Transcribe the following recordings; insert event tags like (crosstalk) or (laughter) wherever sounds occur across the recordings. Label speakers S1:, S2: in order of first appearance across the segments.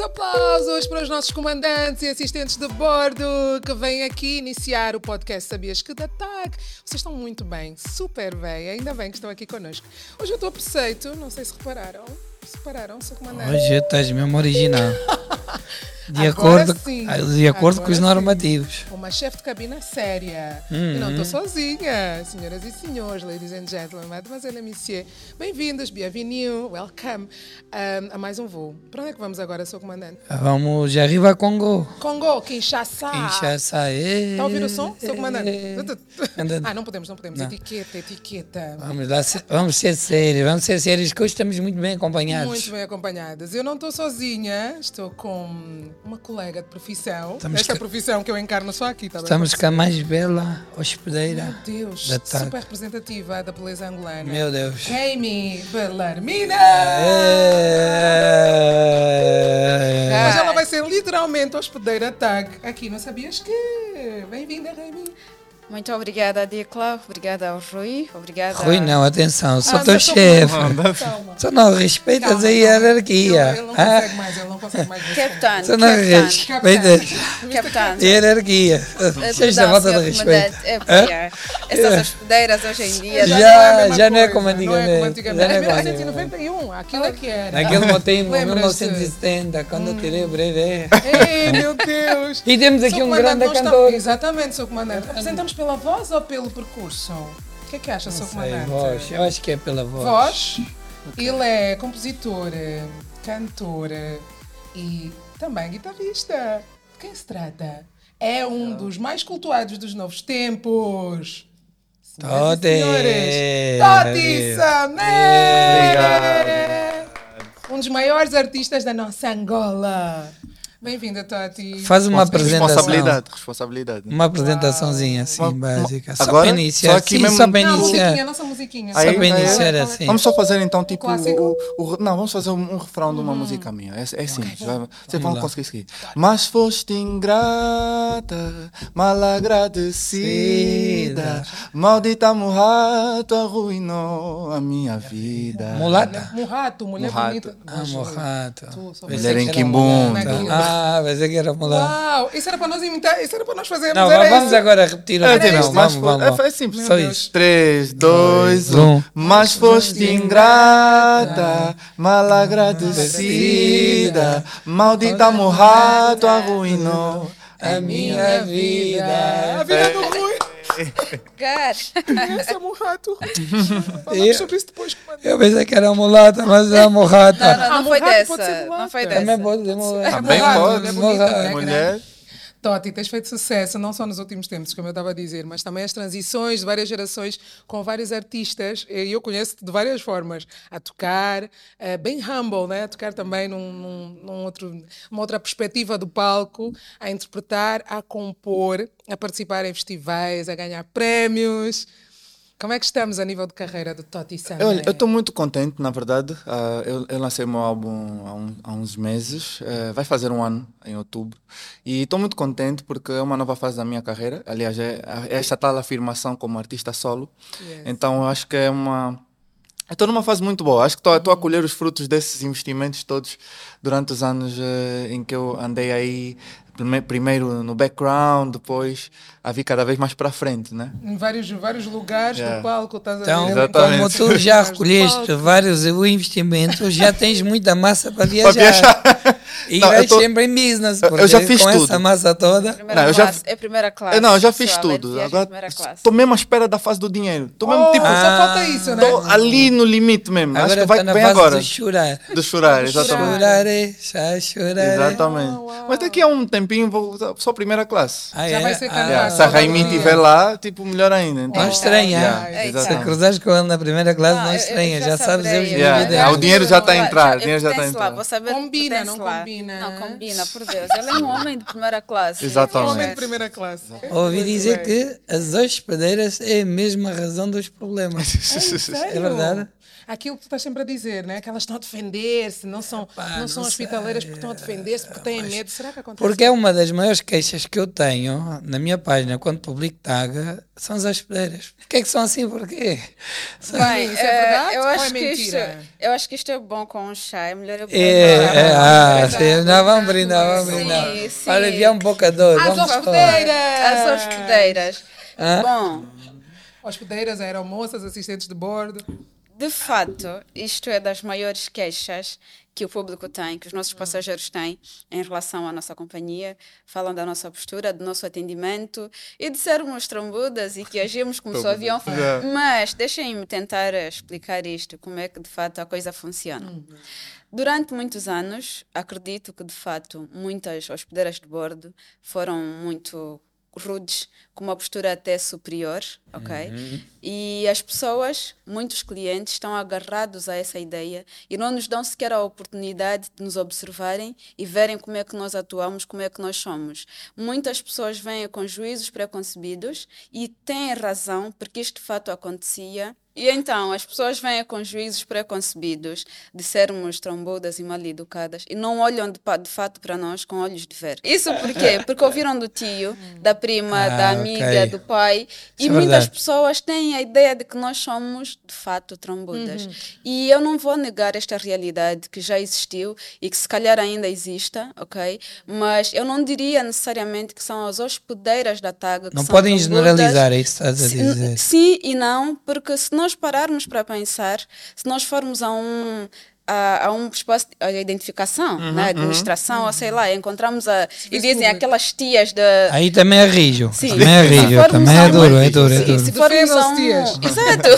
S1: aplausos para os nossos comandantes e assistentes de bordo que vêm aqui iniciar o podcast Sabias que da TAG. Vocês estão muito bem, super bem, ainda bem que estão aqui connosco. Hoje eu estou a preceito, não sei se repararam. Se repararam, seu comandante.
S2: Hoje estás
S1: (laughs)
S2: mesmo original. De
S1: Agora
S2: acordo,
S1: sim.
S2: de acordo com
S1: Agora
S2: os
S1: sim.
S2: normativos.
S1: Uma chefe de cabina séria. E não estou sozinha. Senhoras e senhores, ladies and gentlemen, mademoiselle et monsieur, bem-vindos, bienvenue, welcome ah, a mais um voo. Para onde é que vamos agora, seu comandante?
S2: Ah, Vamos já arriba a Congo.
S1: Congo, Kinshasa.
S2: Kinshasa, é.
S1: Está a ouvir Ah. Tá o som, seu comandante?
S2: (laughs) Eh, Anda-
S1: Ah, não podemos, não podemos. Etiqueta, etiqueta.
S2: Vamos lá, ser- vamos ser sérios, vamos ser sérios, que hoje estamos muito bem acompanhados.
S1: Muito bem acompanhadas. Eu não estou sozinha, estou com uma colega de profissão.
S2: Estamos
S1: Esta
S2: ca-
S1: profissão que eu encarno só aqui, está bem?
S2: Estamos com a mais bela hospedeira.
S1: Meu Deus,
S2: Da tarde.
S1: super representativa da beleza angolana.
S2: Meu Deus.
S1: Amy Belarmina!
S2: Eh, É.
S1: Hoje ela vai ser literalmente hospedeira tag aqui, não sabias que? Bem-vinda, Amy!
S3: Muito obrigada, Dicla. Obrigada ao Rui. Obrigada.
S2: Rui, não, atenção, sou
S1: Ah,
S2: teu
S1: só tô-
S2: chefe.
S1: Calma.
S2: Só não respeitas
S1: Calma,
S2: é a
S1: calma.
S2: hierarquia.
S1: Ele, ele não
S2: Ah,
S1: consegue mais, ele não consegue mais.
S3: Capitão,
S2: Só não é
S3: capitão,
S2: respeitas
S3: capitão.
S2: a é hierarquia.
S3: Eh,
S2: Seis da
S3: perdão,
S2: falta de
S3: senhor
S2: respeito.
S3: comandante, é
S2: Hã? É.
S3: pior. Essas hospedeiras hoje em dia.
S2: Já- já não é como antigamente, já não é como
S1: Era
S2: antigamente.
S1: 1991, aquilo é que era.
S2: Naquele tempo,
S1: Lembras-te?
S2: 1970, quando eu tirei o breve.
S1: Ei, meu
S2: (laughs)
S1: Deus!
S2: E temos aqui
S1: Sr.
S2: um
S1: Comandante,
S2: grande
S1: nós estamos-
S2: cantor.
S1: Exatamente, Sr. Comandante. Representamos pela voz ou pelo percurso? O que é que acha, Sr.
S2: Sei,
S1: Comandante?
S2: voz. Eu acho que é pela voz.
S1: Voz. Ele é compositor, eh, cantor eh, e também guitarrista. De quem se trata? É um dos mais cultuados dos novos tempos. Senhoras e
S2: Totti.
S1: senhores, Totti
S2: Adeus.
S1: Samé! Um dos maiores artistas da nossa Angola. Bem-vinda, Totti.
S2: Faz uma apresentação.
S4: Responsabilidade, responsabilidade.
S2: Uma apresentaçãozinha assim,
S4: Uma- uma-
S2: básica. Só
S4: agora?
S2: para iniciar.
S4: Só aqui
S2: Sim,
S4: mesmo?
S2: só para
S1: Não, a musiquinha, a
S2: iniciar.
S1: nossa musiquinha.
S2: Só
S4: Aí-
S2: para
S4: aí-
S2: iniciar assim.
S4: Vamos só fazer então tipo
S1: clássico?
S4: o, o- não, vamos fazer um, um refrão de uma música minha. É, é simples, vai- vocês vão conseguir seguir. Mas foste ingrata, mal agradecida, maldita mulato arruinou a minha vida.
S2: Mulata.
S1: Murrato, mulher
S4: Mulato.
S1: bonita.
S2: Ah, morrato.
S1: Tu, só
S2: Pensei
S4: Mulher
S2: que
S4: em
S2: era
S4: Quimbunda.
S2: mulata. Ah, pensei que era mulata.
S1: Uau, isso era para nós imitar, isso era para nós fazermos.
S2: Não,
S1: era
S2: vamos
S1: isso.
S2: agora repetir o
S4: É,
S2: refrão.
S4: tipo,
S2: Vamos,
S4: mas fo-
S2: vamos.
S4: é- é simples.
S2: Só
S1: Meu Deus.
S2: isso.
S4: 3, 2,
S2: um.
S4: 1. Mas foste ingrata, mal agradecida, maldita morrato arruinou.
S2: A minha
S1: é A
S2: vida. é
S1: vida do Rui.
S3: Cara,
S1: Esse é
S2: (laughs)
S1: Murrato. Falamos sobre isso depois. comandante.
S2: Eu pensei que era mulata, mas é morrata.
S3: não,
S1: Ah,
S3: não foi
S1: mulata, pode ser
S3: dessa. (laughs) Não
S1: mulata.
S3: foi dessa.
S2: Também é pode ser mulata.
S4: Também
S1: Mulato,
S4: pode,
S1: é
S2: Mulato.
S1: bonita, né,
S4: Mulher,
S1: Totti, tens feito sucesso não só nos últimos tempos, como eu estava a dizer, mas também as transições de várias gerações com vários artistas. E eu conheço-te de várias formas. A tocar, eh, bem humble, né? a tocar também num, num- num outro, numa outra perspectiva do palco, a interpretar, a compor, a participar em festivais, a ganhar prémios. Como é que estamos a nível de carreira do Totti Sané?
S4: Olha, eu estou muito contente, na verdade. Ah, eu, eu lancei meu álbum há, um- há uns meses, eh, vai fazer um ano, em outubro. E estou muito contente porque é uma nova fase da minha carreira. Aliás, é, é esta tal afirmação como artista solo.
S1: Yes.
S4: Então, eu acho que é uma. Estou numa fase muito boa. Acho que estou a colher os frutos desses investimentos todos durante os anos eh, em que eu andei aí, prime- primeiro no background, depois a vir cada vez mais para frente, né?
S1: Em vários, vários lugares
S4: Yeah.
S1: do palco, estás a
S2: Então,
S1: ver?
S4: Exatamente.
S2: como tu
S4: (laughs)
S2: já recolheste vários investimentos, já tens muita massa para viajar.
S4: viajar.
S2: E
S4: Não, eu
S2: vais
S4: tô-
S2: sempre em business,
S4: eu
S2: porque
S4: já fiz
S2: com
S4: tudo.
S2: essa massa toda...
S3: Primeira
S4: Não, eu já
S3: classe.
S4: fi-
S3: É primeira classe.
S4: Eu não, eu já fiz
S3: pessoal, é de
S4: tudo.
S3: viagem
S4: Agora
S3: primeira classe.
S4: estou mesmo à espera da fase do dinheiro. Estou mesmo
S1: Oh,
S4: tipo.
S1: só falta isso, né?
S4: Tô ali no limite mesmo. Acho
S2: Agora
S4: que vai,
S2: está na
S4: vem
S2: fase
S4: agora.
S2: de
S4: (laughs)
S2: chorar.
S4: De chorar, exatamente.
S2: Chorarei, já chorarei.
S4: Exatamente. Mas daqui a um tempinho vou só primeira classe.
S2: Ah,
S1: Já
S2: é?
S1: vai ser
S2: Ah,
S3: um.
S1: cantar.
S4: Se a Raimi
S1: Todo dia.
S4: estiver lá, tipo, melhor ainda. Então,
S2: Não estranha.
S4: Yeah,
S3: Eita.
S2: Se
S4: exatamente.
S2: cruzares com ele na primeira classe, não
S3: Ah, eu- eu
S2: estranha. Já sabes as
S3: saberei, eu
S4: Yeah,
S2: medidas.
S4: yeah, o dinheiro já está a
S3: Eu
S4: entrar, o
S3: eu
S4: dinheiro já está a
S3: pertenço lá,
S4: entrar.
S3: vou saber que
S1: Combina,
S3: pertenço
S1: não
S3: lá.
S1: combina.
S3: Não combina, por Deus. Ele é um homem de primeira classe. é um
S4: Exatamente.
S1: Homem de primeira classe.
S2: é?
S1: É.
S2: Ouvi dizer
S4: (laughs)
S2: que as hospedeiras (laughs) é a mesma razão dos problemas.
S1: É
S2: É verdade?
S1: aquilo que tu estás sempre a dizer, né? que elas estão a defender-se, não são,
S2: Epá,
S1: não
S2: não
S1: são
S2: sei, É,
S1: hospitaleiras porque estão a defender-se, porque têm medo. Será que acontece?
S2: Porque é uma das maiores queixas que eu tenho na minha página quando publico TAG são as hospedeiras. Porquê que são assim? Porquê? São-
S1: Bem, isso é
S3: Eh,
S1: verdade
S3: eu
S1: ou é
S3: acho que
S1: mentira?
S3: isto- eu acho que isto é bom com o chá, é melhor eu
S2: É, é,
S1: brindar,
S2: ah,
S1: brindar,
S2: sim, não, vamos
S1: brindar,
S2: brindar, vamos
S1: sim,
S2: brindar.
S3: sim.
S2: Para aliviar um pouco a dor.
S1: As
S2: vamos Ah? falar.
S1: hospedeiras!
S3: As hospedeiras.
S2: Hã?
S3: Bom,
S1: Hospedeiras, aeromoças, assistentes de bordo.
S3: de fato, isto é das maiores queixas que o público tem, que os
S1: Hum.
S3: nossos passageiros têm em relação à nossa companhia. Falam da nossa postura, do nosso atendimento e de sermos trambudas e que agimos como se o avião fosse.
S4: É.
S3: Mas deixem-me tentar explicar isto, como é que de fato a coisa funciona.
S1: Hum.
S3: Durante muitos anos, acredito que de fato muitas hospedeiras de bordo foram muito rudes, com uma postura até superior, ok? E as pessoas, muitos clientes, estão agarrados a essa ideia e não nos dão sequer a oportunidade de nos observarem e verem como é que nós atuamos, como é que nós somos. Muitas pessoas vêm com juízos preconcebidos e têm razão, porque isto de fato acontecia e então, as pessoas vêm com juízos preconcebidos de sermos trombudas e mal educadas e não olham de, pa- de fato para nós com olhos de ver. Isso por quê? Porque ouviram do tio, da prima,
S2: Ah,
S3: da amiga,
S2: ok.
S3: do pai.
S2: Isso
S3: E
S2: é
S3: muitas
S2: verdade.
S3: pessoas têm a ideia de que nós somos de fato trombudas. E eu não vou negar esta realidade que já existiu e que se calhar ainda exista, ok? Mas eu não diria necessariamente que são as hospedeiras da TAG que
S2: Não
S3: são
S2: podem
S3: trombudas.
S2: generalizar, é isso que estás a
S3: Sim,
S2: dizer.
S3: Sim e não, porque se nós pararmos para pensar, se nós formos a um a, a um espaço de a identificação,
S2: Uhum,
S3: né, administração, ou sei lá, encontramos a e dizem
S1: público.
S3: aquelas tias de
S2: Aí também é rijo.
S3: Sim.
S2: Também é
S3: Se
S2: rijo,
S3: formos
S2: também é
S3: a um-
S2: duro, é duro, é
S3: Sim, se
S2: duro.
S3: formos a
S1: Defendam-se, tias.
S3: um, (laughs) exato,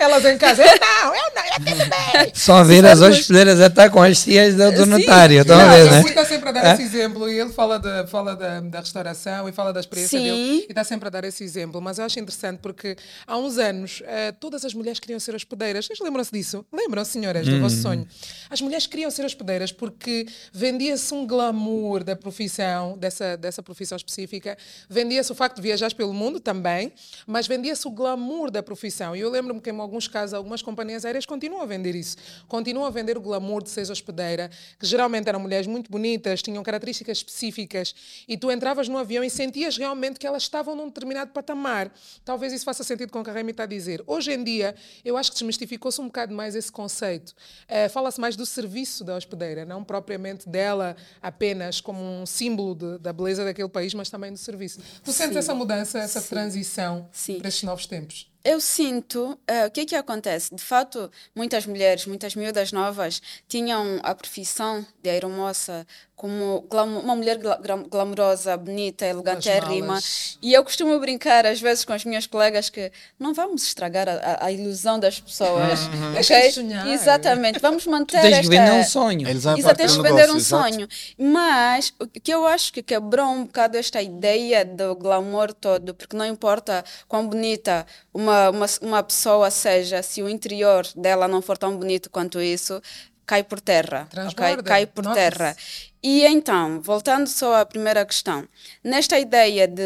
S1: Elas em casa, eu não, eu não, eu tenho bem.
S2: Só ver as
S3: formos-
S2: hospedeiras até com as cias do, do
S3: Sim.
S2: notário, estão a
S1: Não,
S2: ver,
S1: o Rui
S2: né?
S1: está sempre a dar
S2: É?
S1: esse exemplo e ele fala, da fala da, da restauração e fala da experiência
S3: Sim.
S1: dele e está sempre a dar esse exemplo. Mas eu acho interessante porque há uns anos eh, todas as mulheres queriam ser hospedeiras. Vocês lembram-se disso? Lembram, senhoras, do
S2: Hum.
S1: vosso sonho? As mulheres queriam ser hospedeiras porque vendia-se um glamour da profissão, dessa, dessa profissão específica, vendia-se o facto de viajar pelo mundo também, mas vendia-se o glamour da profissão. E eu lembro-me que em alguns casos, algumas companhias aéreas continuam a vender isso. Continuam a vender o glamour de ser hospedeira, que geralmente eram mulheres muito bonitas, tinham características específicas, e tu entravas no avião e sentias realmente que elas estavam num determinado patamar. Talvez isso faça sentido com o que a Remy está a dizer. Hoje em dia, eu acho que desmistificou-se um bocado mais esse conceito. Eh, Fala-se mais do serviço da hospedeira, não propriamente dela apenas como um símbolo de- da beleza daquele país, mas também do serviço. Tu sentes essa mudança, essa transição
S3: Sim.
S1: para estes novos tempos?
S3: Eu sinto, eh, o que é que acontece? De fato, muitas mulheres, muitas miúdas novas, tinham a profissão de aeromoça como glamu- uma mulher gla- gra- glamourosa, bonita, elegantérrima.
S1: malas.
S3: E eu costumo brincar às vezes com as minhas colegas que não vamos estragar a, a- a ilusão das pessoas.
S1: Deixa
S3: ok?
S1: de sonhar.
S3: Exatamente, vamos manter
S2: Uhum. Tens que
S3: esta...
S2: vender um sonho.
S4: Eles vão
S3: Isso até
S4: partir
S3: se
S4: do
S3: vender um
S4: negócio, exato.
S3: sonho. Mas o que eu acho que quebrou um bocado esta ideia do glamour todo, porque não importa quão bonita uma, uma, uma pessoa seja, se o interior dela não for tão bonito quanto isso, cai por terra.
S1: Transborda,
S3: ok? Cai por
S1: nota-se.
S3: terra. E então, voltando só à primeira questão, nesta ideia de.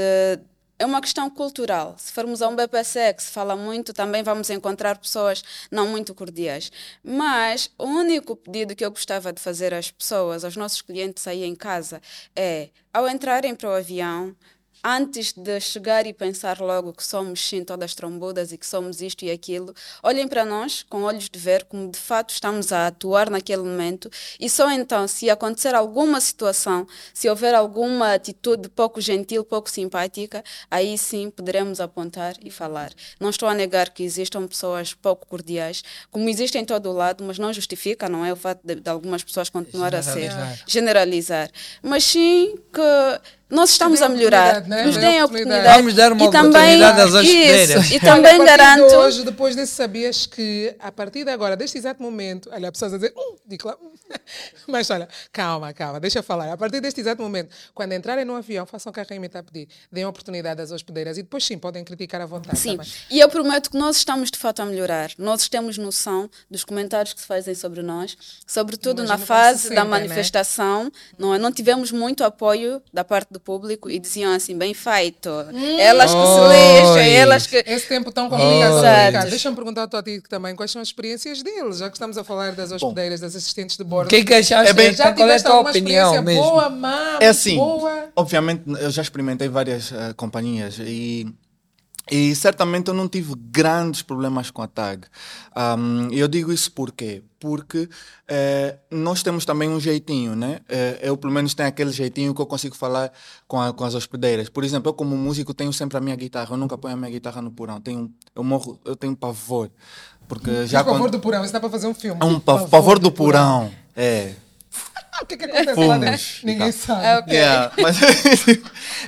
S3: É uma questão cultural. Se formos a um BPC que se fala muito, também vamos encontrar pessoas não muito cordiais. Mas o único pedido que eu gostava de fazer às pessoas, aos nossos clientes aí em casa, é ao entrarem para o avião, antes de chegar e pensar logo que somos sim todas trombudas e que somos isto e aquilo, olhem para nós com olhos de ver como de fato estamos a atuar naquele momento e só então, se acontecer alguma situação, se houver alguma atitude pouco gentil, pouco simpática, aí sim poderemos apontar e falar. Não estou a negar que existam pessoas pouco cordiais, como existem em todo o lado, mas não justifica, não é o fato de, de algumas pessoas continuar a ser
S2: Generalizar.
S3: generalizar, mas sim que nós estamos
S1: Dê
S3: a melhorar.
S1: oportunidade, né?
S3: Nos
S1: Dê
S3: deem a
S1: oportunidade.
S3: oportunidade.
S2: Vamos dar uma
S3: e também,
S2: oportunidade às hospedeiras.
S3: isso, E
S1: Olha, (laughs)
S3: também
S1: a partir de
S3: garanto.
S1: Tá hoje, depois desse sabias que, a partir de agora, deste exato momento, olha, pessoas a dizer, hum, digo lá, hum. (laughs) mas olha, calma, calma, deixa eu falar. A partir deste exato momento, quando entrarem no avião, façam o que a Rainha está a pedir, deem oportunidade às hospedeiras e depois sim, podem criticar à vontade.
S3: Sim,
S1: também.
S3: e eu prometo que nós estamos de fato a melhorar. Nós temos noção dos comentários que se fazem sobre nós, sobretudo
S1: Imagino
S3: na
S1: como se
S3: fase da
S1: sentem, né?
S3: manifestação. Não, é? não tivemos muito apoio da parte do público e diziam assim, bem feito,
S1: Hum.
S3: elas que se lixam,
S2: Oi.
S3: elas que...
S1: Esse tempo tão
S4: Oh.
S1: complicado.
S2: Exato.
S1: complicado. Deixa-me perguntar ao Tito também quais são as experiências deles, já que estamos a falar das hospedeiras, das assistentes de
S2: O
S1: bordo.
S2: que é que achaste?
S4: É bem-
S1: já
S2: qual é a
S1: tiveste
S2: tua
S1: alguma
S2: opinião
S1: experiência
S2: mesmo?
S1: boa, má,
S4: É assim,
S1: boa?
S4: obviamente eu já experimentei várias eh, companhias e e certamente eu não tive grandes problemas com a tag. Ahm, eu digo isso porquê? Porque eh, nós temos também um jeitinho, né? Eh, eu pelo menos tenho aquele jeitinho que eu consigo falar com, a- com as hospedeiras. Por exemplo, eu como músico tenho sempre a minha guitarra. Eu nunca ponho a minha guitarra no porão. Tenho, eu morro, eu tenho pavor. Porque já
S1: Já pavor
S4: quando-
S1: do porão, isso dá para fazer um filme.
S4: É um pa- pavor, do porão. É.
S1: Ah, o que é que acontece lá
S4: Fumos
S1: dentro?
S4: e
S1: Ninguém
S4: tal.
S1: sabe.
S3: Ah, ok.
S4: Yeah, mas- (laughs)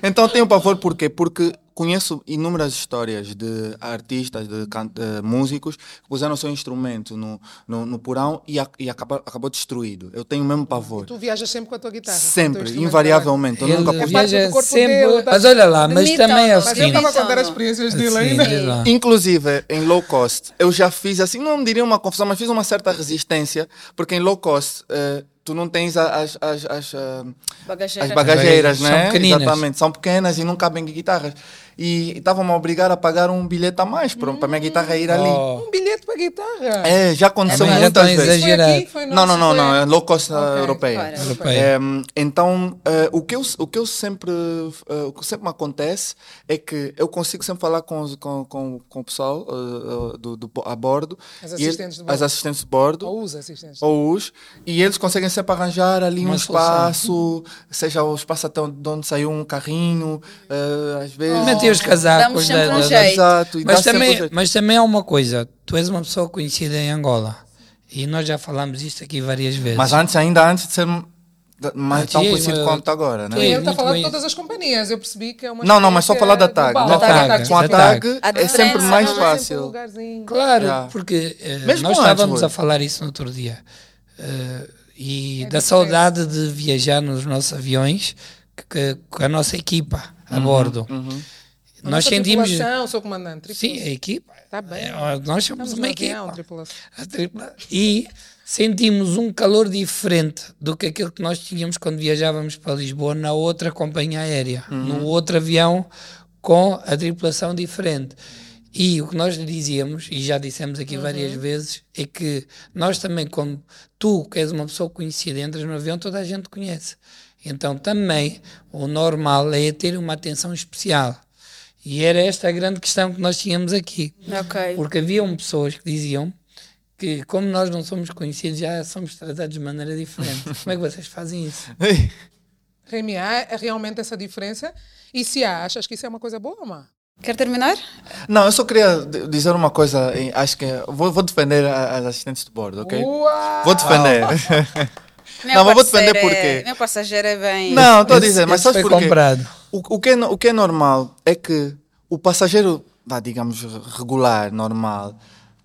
S4: então tenho pavor porquê? Porque conheço inúmeras histórias de artistas, de, can- de músicos que puseram o seu instrumento no, no, no porão e, a- e acaba- acabou destruído. Eu tenho o mesmo pavor.
S1: Tu viajas sempre com a tua guitarra. com o teu
S4: Sempre,
S1: instrumento
S4: invariavelmente. Eu
S2: Ele
S4: nunca
S1: É
S4: pus-
S1: parte
S2: viaja
S1: do corpo
S2: sempre.
S1: dele, tá?
S2: Mas olha lá, mas
S3: Limita,
S2: também é o
S3: mas
S1: Mas eu
S2: seguinte.
S1: estava a contar
S3: Então,
S1: as experiências dele né?
S2: Assim,
S1: ainda.
S2: diz lá.
S4: Inclusive, em low cost, eu já fiz assim, não me diria uma confusão, mas fiz uma certa resistência, porque em low cost eh, tu não tens a- as, as, as, ah,
S3: Bagageira.
S4: As bagageiras,
S2: São
S4: né?
S2: pequeninas.
S4: Exatamente, são pequenas e não cabem guitarras. E estavam-me a obrigar a pagar um bilhete a mais para para a minha guitarra ir ali.
S2: Oh,
S1: Um bilhete para guitarra.
S4: É, já aconteceu
S2: Também já
S4: muitas
S2: estão
S4: vezes.
S1: Foi aqui? Foi
S4: Não, não,
S1: nosso?
S4: não,
S1: Foi-
S4: não, é low cost uh,
S1: Ok,
S4: europeia.
S3: fora.
S2: europeia.
S4: É, então, eh, o, que eu, o que eu sempre, eh, o que sempre me acontece é que eu consigo sempre falar com, os- com, com, com o pessoal eh, eh, do, do- a bordo.
S1: As
S4: e
S1: assistentes de
S4: as
S1: bordo.
S4: assistentes de bordo
S1: Ou usa assistentes.
S4: ou os, e eles conseguem sempre arranjar ali
S2: Uma
S4: um
S2: solução.
S4: espaço, seja o espaço até onde de onde saiu um carrinho, eh, às vezes.
S2: Meti os
S3: Damos
S2: casacos.
S3: sempre
S2: da-
S3: um
S2: da-
S3: jeito.
S4: Exato, e dá
S2: Mas
S4: sempre um
S2: também, é-
S4: jeito.
S2: mas também há uma coisa. Tu és uma pessoa conhecida em Angola. E nós já falámos isto aqui várias vezes.
S4: Mas antes, ainda antes de ser da- mais
S2: Antes,
S4: tão
S2: sim,
S4: conhecido
S2: mas- eh,
S4: quanto agora,
S1: E
S2: Sim.
S4: né?
S1: ele está a
S2: muito
S1: falar de
S2: bem.
S1: todas as companhias. Eu percebi que é uma
S4: Não, não, mas só falar da
S1: experiência né?
S4: tag.
S1: global.
S2: Da
S4: Não,
S2: tag,
S4: com a
S1: tipo,
S2: da
S4: tag
S3: tag.
S4: é sempre
S3: A
S1: Mas
S3: diferença,
S4: mais
S1: sempre um
S4: fácil.
S1: lugarzinho.
S2: Claro,
S4: Já.
S2: porque eh,
S4: Mesmo
S2: nós
S4: antes,
S2: estávamos
S4: Rui.
S2: a falar isso no outro dia. eh, e
S1: É
S2: da
S1: diferente.
S2: saudade de viajar nos nossos aviões que- que- com a nossa equipa
S4: Uhum,
S2: a bordo.
S1: A
S2: Nós
S1: nossa
S2: sentimos.
S1: Tripulação, sou comandante.
S2: Sim, a equipa.
S1: Tá bem.
S2: É, Nós somos
S1: Estamos
S2: uma
S1: no
S2: equipa.
S1: avião, tripulação.
S2: A tripla- E sentimos um calor diferente do que aquilo que nós tínhamos quando viajávamos para Lisboa na outra companhia aérea, no outro avião com a tripulação diferente. E o que nós lhe dizíamos, e já dissemos aqui várias vezes, é que nós também, como tu, que és uma pessoa conhecida, entras no avião, toda a gente conhece. Então também o normal é ter uma atenção especial. E era esta a grande questão que nós tínhamos aqui.
S3: Ok.
S2: Porque haviam pessoas que diziam que, como nós não somos conhecidos, já somos tratados de maneira
S4: (laughs)
S2: diferente. como é que vocês fazem isso?
S4: Ei,
S1: Remy, há realmente essa diferença? E se há, achas que isso é uma coisa boa ou má?
S3: Quer terminar?
S4: (laughs) Não, eu só queria d- dizer uma coisa, eh, acho que vou, vou defender a- as assistentes de bordo,
S2: É.
S4: ok?
S1: Uau!
S4: Vou defender.
S3: Minha
S4: Não, mas vou
S3: parceira
S4: defender
S3: é-
S4: porquê.
S3: Minha passageira é bem...
S4: Não, estou a
S2: Esse-
S4: dizer, mas
S2: esse
S4: sabes
S2: foi
S4: porquê?
S2: comprado.
S4: O, o que é, no- o que é normal é que o passageiro, vá, digamos, regular, normal,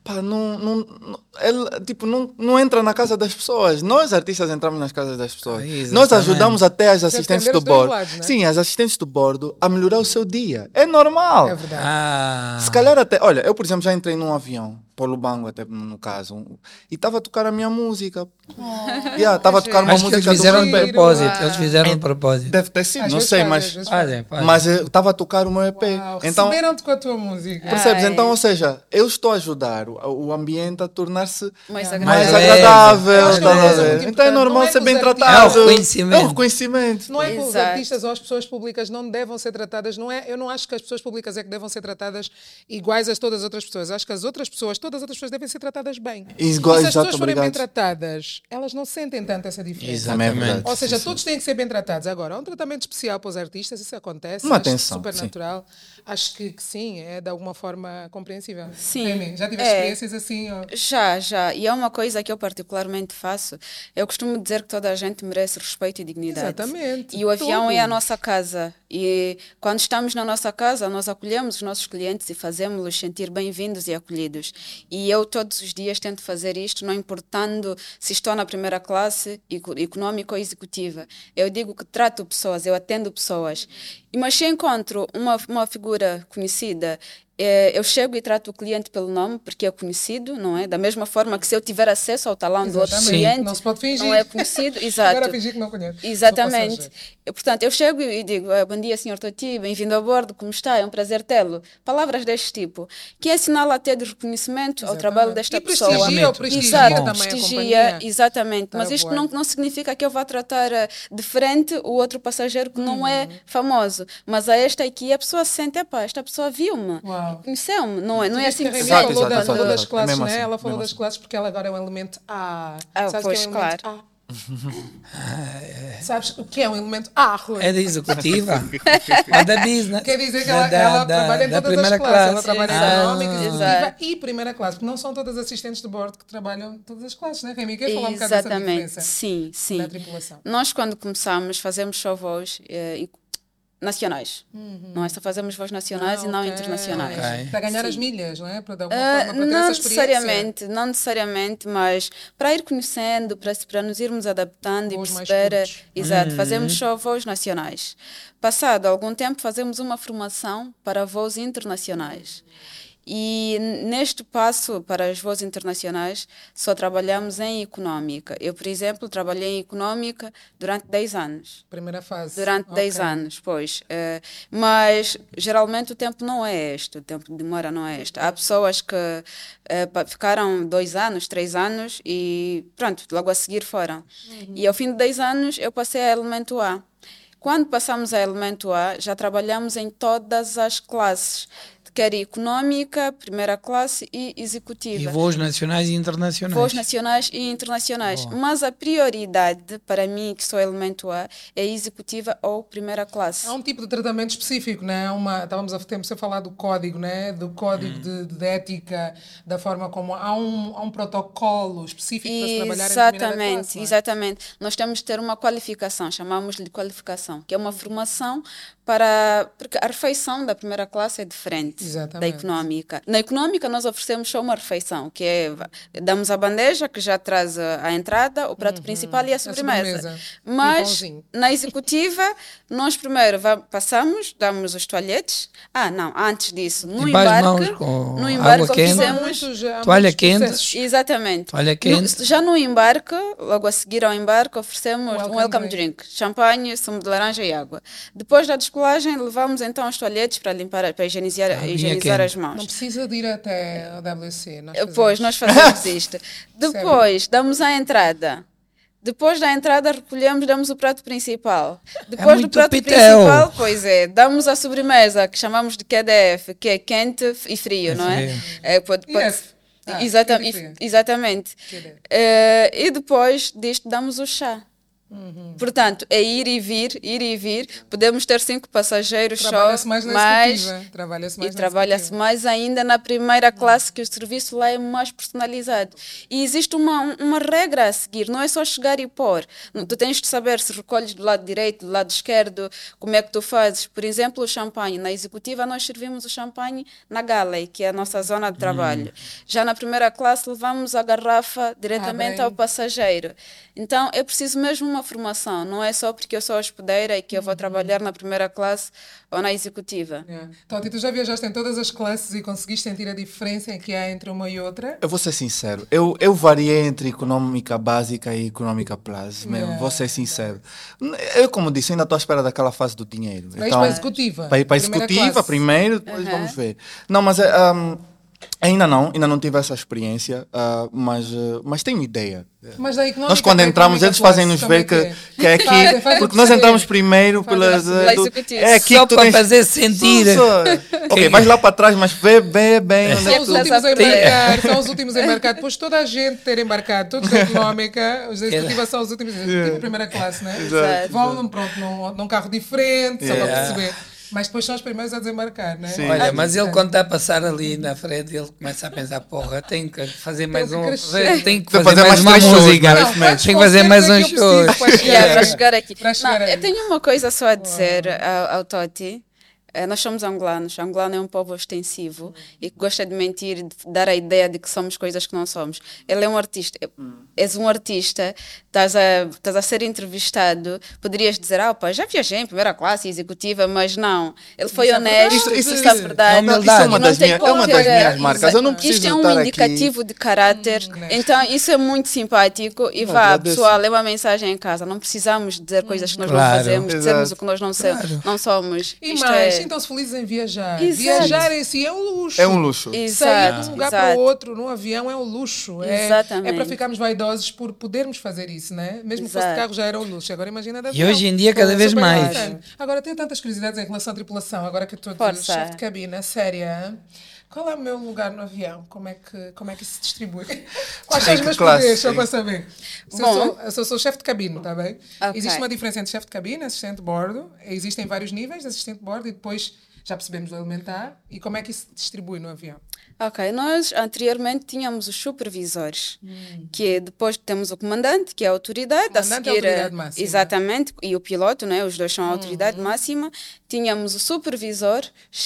S4: pá, não, não, não- ele, tipo, não, não entra na casa das pessoas. Nós, artistas, entramos nas casas das pessoas.
S2: Ah,
S4: Nós
S2: exatamente.
S4: ajudamos até as assistentes
S1: defender
S4: do
S1: os dois
S4: bordo.
S1: lados, né?
S4: Sim, as assistentes do bordo a melhorar o seu dia. É normal.
S1: É verdade.
S2: Ah,
S4: Se calhar até. Olha, eu, por exemplo, já entrei num avião, para Lubango, até no caso, um- e estava a tocar a minha música.
S1: Oh.
S4: Estava a tocar uma
S2: acho que
S4: música
S2: eles fizeram de
S4: do Pepe.
S2: propósito. Eles fizeram de propósito.
S4: Deve ter sido,
S1: Às
S4: não
S1: vezes
S4: sei,
S1: fazem,
S4: mas.
S1: às vezes
S2: Olha, pá,
S4: Mas eu estava a tocar o meu EP.
S1: Uau,
S4: Então,
S1: Receberam-te com a tua música.
S4: percebes?
S3: Ai.
S4: Então, ou seja, eu estou a ajudar o, o ambiente a tornar-se
S3: Mais
S4: mais
S3: agradável.
S2: leve.
S1: Eu
S4: agradável.
S1: acho que é uma
S4: estás a
S1: coisa
S4: ver?
S1: muito
S4: Então é
S1: importante.
S4: normal
S1: Não é
S4: ser
S1: que
S4: bem
S1: os
S4: tratado.
S2: artistas- É o reconhecimento.
S4: É o reconhecimento.
S1: Não é que os
S3: Exato.
S1: artistas ou as pessoas públicas não devam ser tratadas, não é? Eu não acho que as pessoas públicas é que devam ser tratadas iguais a todas as outras pessoas. Acho que as outras pessoas, todas as outras pessoas devem ser tratadas bem.
S4: Igual,
S1: e se as
S4: exato,
S1: pessoas forem bem
S4: obrigado.
S1: tratadas, elas não sentem tanto essa diferença.
S4: Também é verdade.
S1: Ou seja,
S4: Sim, sim.
S1: todos têm que ser bem tratados. Agora, há um tratamento especial para os artistas, isso acontece.
S4: Uma
S1: acho
S4: atenção,
S1: super
S4: sim.
S1: natural. Acho que, que sim, é de alguma forma compreensível.
S3: Sim.
S1: Amy, já tiveste
S3: É.
S1: experiências assim? ó?
S3: Já, já. E é uma coisa que eu particularmente faço. Eu costumo dizer que toda a gente merece respeito e dignidade.
S1: Exatamente.
S3: E o avião é a
S1: Todos.
S3: nossa casa. E quando estamos na nossa casa, nós acolhemos os nossos clientes e fazemos-los sentir bem-vindos e acolhidos. E eu todos os dias tento fazer isto, não importando se estou na primeira classe, eco- econômica ou executiva. Eu digo que trato pessoas, eu atendo pessoas. E mas se encontro uma, uma figura conhecida eh, eu chego e trato o cliente pelo nome, porque é conhecido, não é? Da mesma forma que se eu tiver acesso ao talão do outro
S1: Exatamente.
S3: cliente,
S1: Não se pode fingir.
S3: não é conhecido, exato.
S1: (laughs) Agora fingir que não conhece. Sou
S3: Exatamente.
S1: passageiro.
S3: Eu, Portanto, eu chego e digo, "Ah, bom dia, senhor Toti, bem-vindo a bordo, como está? É um prazer tê-lo. Palavras deste tipo, que é sinal até de reconhecimento ao trabalho desta
S1: e
S3: pessoa.
S1: prestigia, ou
S2: Exatamente.
S1: prestigia
S3: Exato,
S1: também a
S3: prestigia,
S1: companhia.
S3: exatamente.
S1: Para
S3: Mas isto
S1: voar.
S3: não, não significa que eu vá tratar eh, de frente o outro passageiro que não
S4: Uhum.
S3: é famoso. Mas a esta aqui, a pessoa se sente, epá, esta pessoa viu-me,
S1: Uau.
S3: conheceu-me, não é, não é assim que se
S1: Ela
S4: Exato,
S1: falou,
S3: vê.
S4: exato,
S1: da-
S4: exato,
S1: falou das
S4: exato.
S1: classes,
S4: Mesmo
S1: né?
S4: assim,
S1: Ela falou
S4: mesmo
S1: das
S4: assim.
S1: classes porque ela agora é um elemento A.
S3: Ah,
S1: Sabes
S3: pois,
S1: o que é um elemento
S3: claro.
S1: A? Sabes o que é um elemento A, Rui?
S2: É da
S4: (laughs)
S2: executiva? Mas da business.
S1: Quer dizer que
S2: Da-
S1: ela,
S2: da-
S1: ela
S2: da-
S1: trabalha em
S2: da
S1: todas as
S2: primeira
S1: classes. Ela
S2: classe.
S1: trabalha
S2: Ah,
S1: económica, executiva
S3: exato.
S1: e primeira classe. Porque não são todas assistentes de bordo que trabalham em todas as classes, né, Remy? Quer falar um bocado dessa
S3: Exatamente,
S1: diferença
S3: sim,
S1: na
S3: sim.
S1: tripulação?
S3: Nós, quando começamos, fazemos só voos eh, e- nacionais. Não é só fazemos voos nacionais e não
S1: Uhum. Ah, ok.
S3: internacionais.
S2: Ok.
S1: Para ganhar
S3: Sim.
S1: as milhas, não é? Para dar alguma
S3: Ah,
S1: forma, para ter
S3: não
S1: essa experiência.
S3: necessariamente, não necessariamente, mas para ir conhecendo, para, se- para nos irmos adaptando
S1: Voos
S3: e
S1: mais
S3: perceber.
S1: curtos.
S3: Exato, fazemos só voos nacionais. Passado algum tempo, fazemos uma formação para voos internacionais. E n- neste passo para os voos internacionais, só trabalhamos em econômica. Eu, por exemplo, trabalhei em econômica durante 10 anos.
S1: Primeira fase.
S3: Durante
S1: Ok.
S3: 10 anos, pois. Eh, mas geralmente o tempo não é este, o tempo de demora não é este. Há pessoas que eh, pa- ficaram dois anos, três anos e pronto, logo a seguir foram. E ao fim de 10 anos eu passei a elemento A. Quando passamos a elemento A, já trabalhamos em todas as classes, quer econômica, primeira classe e
S2: Ah. E
S3: executiva
S2: voos nacionais e internacionais.
S3: voos nacionais e internacionais. Mas a prioridade para mim, que sou elemento A, é executiva ou primeira classe.
S1: Há um tipo de tratamento específico, né? Há Uma, estávamos há tempo a falar do código, né? Do código
S4: Hum.
S1: de, de ética, da forma como há um, há um protocolo específico para se trabalhar em determinada
S3: Exatamente,
S1: classe, não é?
S3: exatamente. Nós temos de ter uma qualificação, chamamos-lhe qualificação, que é uma formação para. Porque a refeição da primeira classe é diferente da
S1: Exatamente.
S3: econômica. Na econômica, nós oferecemos só uma refeição, que é. Damos a bandeja, que já traz a a entrada, o prato principal e a sobremesa.
S1: Uhum. sobremesa. E
S3: Mas
S1: pãozinho.
S3: na executiva, nós primeiro va- passamos, damos os toalhetes. Ah, não, antes disso, no
S2: Limpar as
S3: embarque.
S2: mãos com
S3: no
S2: água
S3: embarque,
S2: quente.
S1: Há
S3: oferecemos.
S1: muitos, é há
S2: Toalha
S1: muitos
S2: quente.
S1: processos.
S3: Exatamente.
S2: Olha quente.
S3: No- já no embarque, logo a seguir ao embarque, oferecemos
S1: Welcome
S3: um welcome
S1: drink.
S3: drink. champanhe, sumo de laranja e água. Depois da descolagem, levamos então os toalhetes para limpar, para higienizar,
S2: Aguinha
S3: higienizar
S2: quente.
S3: as
S1: Não
S3: mãos.
S1: precisa de ir até a WC. Nós
S3: Eh,
S1: fazemos.
S3: Pois, nós
S1: (laughs)
S3: fazemos isto. Depois, damos a entrada. Depois da entrada, recolhemos, damos o prato principal.
S1: É
S3: Depois do
S2: muito
S3: prato
S2: pitel.
S3: principal, pois é, damos a sobremesa, que chamamos de KDF, que é quente e frio, não é?
S2: frio.
S3: é pode,
S1: E
S3: pode-
S1: F. Ah,
S3: Exata-
S1: quente e frio.
S3: exatamente.
S1: KDF.
S3: Eh, e depois disto, damos o chá.
S1: Uhum.
S3: Portanto, é ir e vir, ir e vir. Podemos ter cinco passageiros só,
S1: Trabalha-se mais na
S3: mas
S1: executiva. Trabalha-se
S3: e
S1: mais na
S3: trabalha-se
S1: executiva.
S3: mais ainda na primeira classe, que o serviço lá é mais personalizado. E existe uma, uma regra a seguir, não é só chegar e pôr. Tu tens de saber se recolhes do lado direito, do lado esquerdo, como é que tu fazes. Por exemplo, o champanhe. Na executiva, nós servimos o champanhe na galley, que é a nossa zona de trabalho. Já na primeira classe, levamos a garrafa diretamente
S1: Abrem.
S3: ao passageiro. Então, é preciso mesmo uma formação. Não é só porque eu sou hospedeira e que eu vou trabalhar na primeira classe ou na executiva.
S1: Yeah. É. Toti, tu já viajaste em todas as classes e conseguiste sentir a diferença que há entre uma e outra?
S4: Eu vou ser sincero, eu, eu variei entre econômica básica e econômica plus, mesmo, vou ser sincero. N- Eu, como disse, ainda estou à espera daquela fase do dinheiro. Então,
S1: Para ir para a executiva.
S4: Para ir para a
S1: Primeira
S4: executiva
S1: classe.
S4: primeiro, depois vamos ver. Não, mas é, ahm, ainda não, ainda não tive essa experiência, ah, mas, ah, mas tenho ideia.
S1: Mas da económica
S4: Nós quando
S1: para a
S4: entramos,
S1: económica
S4: eles fazem-nos
S1: classe,
S4: ver
S1: como
S4: que,
S1: é que
S4: que é aqui.
S1: Fazem, fazem
S4: porque nós
S1: perceber.
S4: entramos primeiro
S1: Fazem
S4: pelas.
S1: perceber.
S4: eh, do-
S3: Executiva.
S4: é aqui
S2: Só
S4: que tu
S2: para
S4: tens-
S2: fazer sentir.
S4: Só- ok, vais lá para trás, mas vê bem, bem onde é
S1: São
S4: que
S1: os
S4: tu-
S1: últimos a
S3: Tem-
S1: embarcar, são os últimos a embarcar. Depois de toda a gente ter embarcado, todos da económica, os da executiva são os últimos, tipo a primeira classe, né?
S4: Exato.
S1: Vão pronto, num, num carro diferente, só para
S4: Yeah.
S1: perceber. Mas depois são os primeiros a desembarcar, né?
S2: Olha, mas ele quando está a passar ali na frente, ele começa a pensar, porra, tenho que fazer mais um,
S1: crescer.
S2: tenho que
S4: Tem
S2: fazer,
S4: que
S2: mais,
S4: fazer mais
S2: uma
S4: três shows,
S2: música,
S4: não é isso mesmo.
S2: tenho que fazer mais um
S1: Quantos
S2: show.
S1: concertos é que
S3: (laughs)
S1: eu preciso para
S3: Yeah, para chegar aqui.
S1: Para chegar
S3: Não,
S1: aí.
S3: eu tenho uma coisa só a dizer ao, ao Totti. Eh, Nós somos angolanos. Angolano é um povo ostensivo e que gosta de mentir, de dar a ideia de que somos coisas que não somos. Ele é um artista. É- És um artista, estás a, estás a ser entrevistado. Poderias dizer, ah, pá, já viajei em primeira classe, executiva, mas não. Ele foi honesto,
S1: Isso-
S3: isso,
S1: isso-
S3: é verdade.
S2: é humildade.
S3: Não
S2: Isso é
S3: tem
S2: uma
S4: das minhas- é uma das
S3: qualquer-
S4: minhas marcas. Eu não
S3: Exato.
S4: preciso
S3: Isto é um
S4: estar aqui-
S3: indicativo de caráter.
S1: Hum, né?
S3: então, isso é muito simpático. E
S4: Eu
S3: vá,
S4: agradeço.
S3: pessoal, leva a mensagem em casa. Não precisamos dizer coisas que nós
S2: Claro.
S3: não fazemos, dizermos
S4: Exato.
S3: o que nós não, se- não somos.
S1: E
S3: Isto
S1: mais, então,
S3: é-
S1: sintam-se felizes em viajar.
S3: Exato.
S1: Viajar em si é um luxo.
S4: É um luxo.
S1: Sair de
S3: Exato,
S1: um lugar para o
S3: exato.
S1: outro, num avião, é um luxo. É,
S3: Exatamente.
S1: é para ficarmos vaidosos por podermos fazer isso, né? Mesmo que fosse de
S3: Exato.
S1: carro já era um luxo. Agora imagina da
S2: E hoje em dia, cada vez mais.
S1: Agora, tenho tantas curiosidades em relação à tripulação. Agora que estou de
S3: Força.
S1: chefe de cabina, séria. Qual é o meu lugar no avião? Como é que, como é que isso se
S2: (laughs)
S1: distribui? Quais são
S4: Em
S1: os
S4: que
S1: meus
S4: classe?
S1: poderes? Só
S4: Em-
S1: para saber. Se eu
S3: Bom.
S1: sou, eu sou, sou chefe de cabine, está bem?
S3: Ok.
S1: Existe uma diferença entre chefe de cabine, assistente de bordo. Existem vários níveis de assistente de bordo e depois já percebemos o alimentar. E como é que isso se distribui no avião?
S3: Ok, nós anteriormente tínhamos os supervisores, que é, depois temos o comandante, que é a autoridade, a
S1: Hum. Comandante é a
S3: seguir,
S1: autoridade máxima. Hum.
S3: exatamente, e o piloto, né? Os dois são a autoridade máxima. Tínhamos o supervisor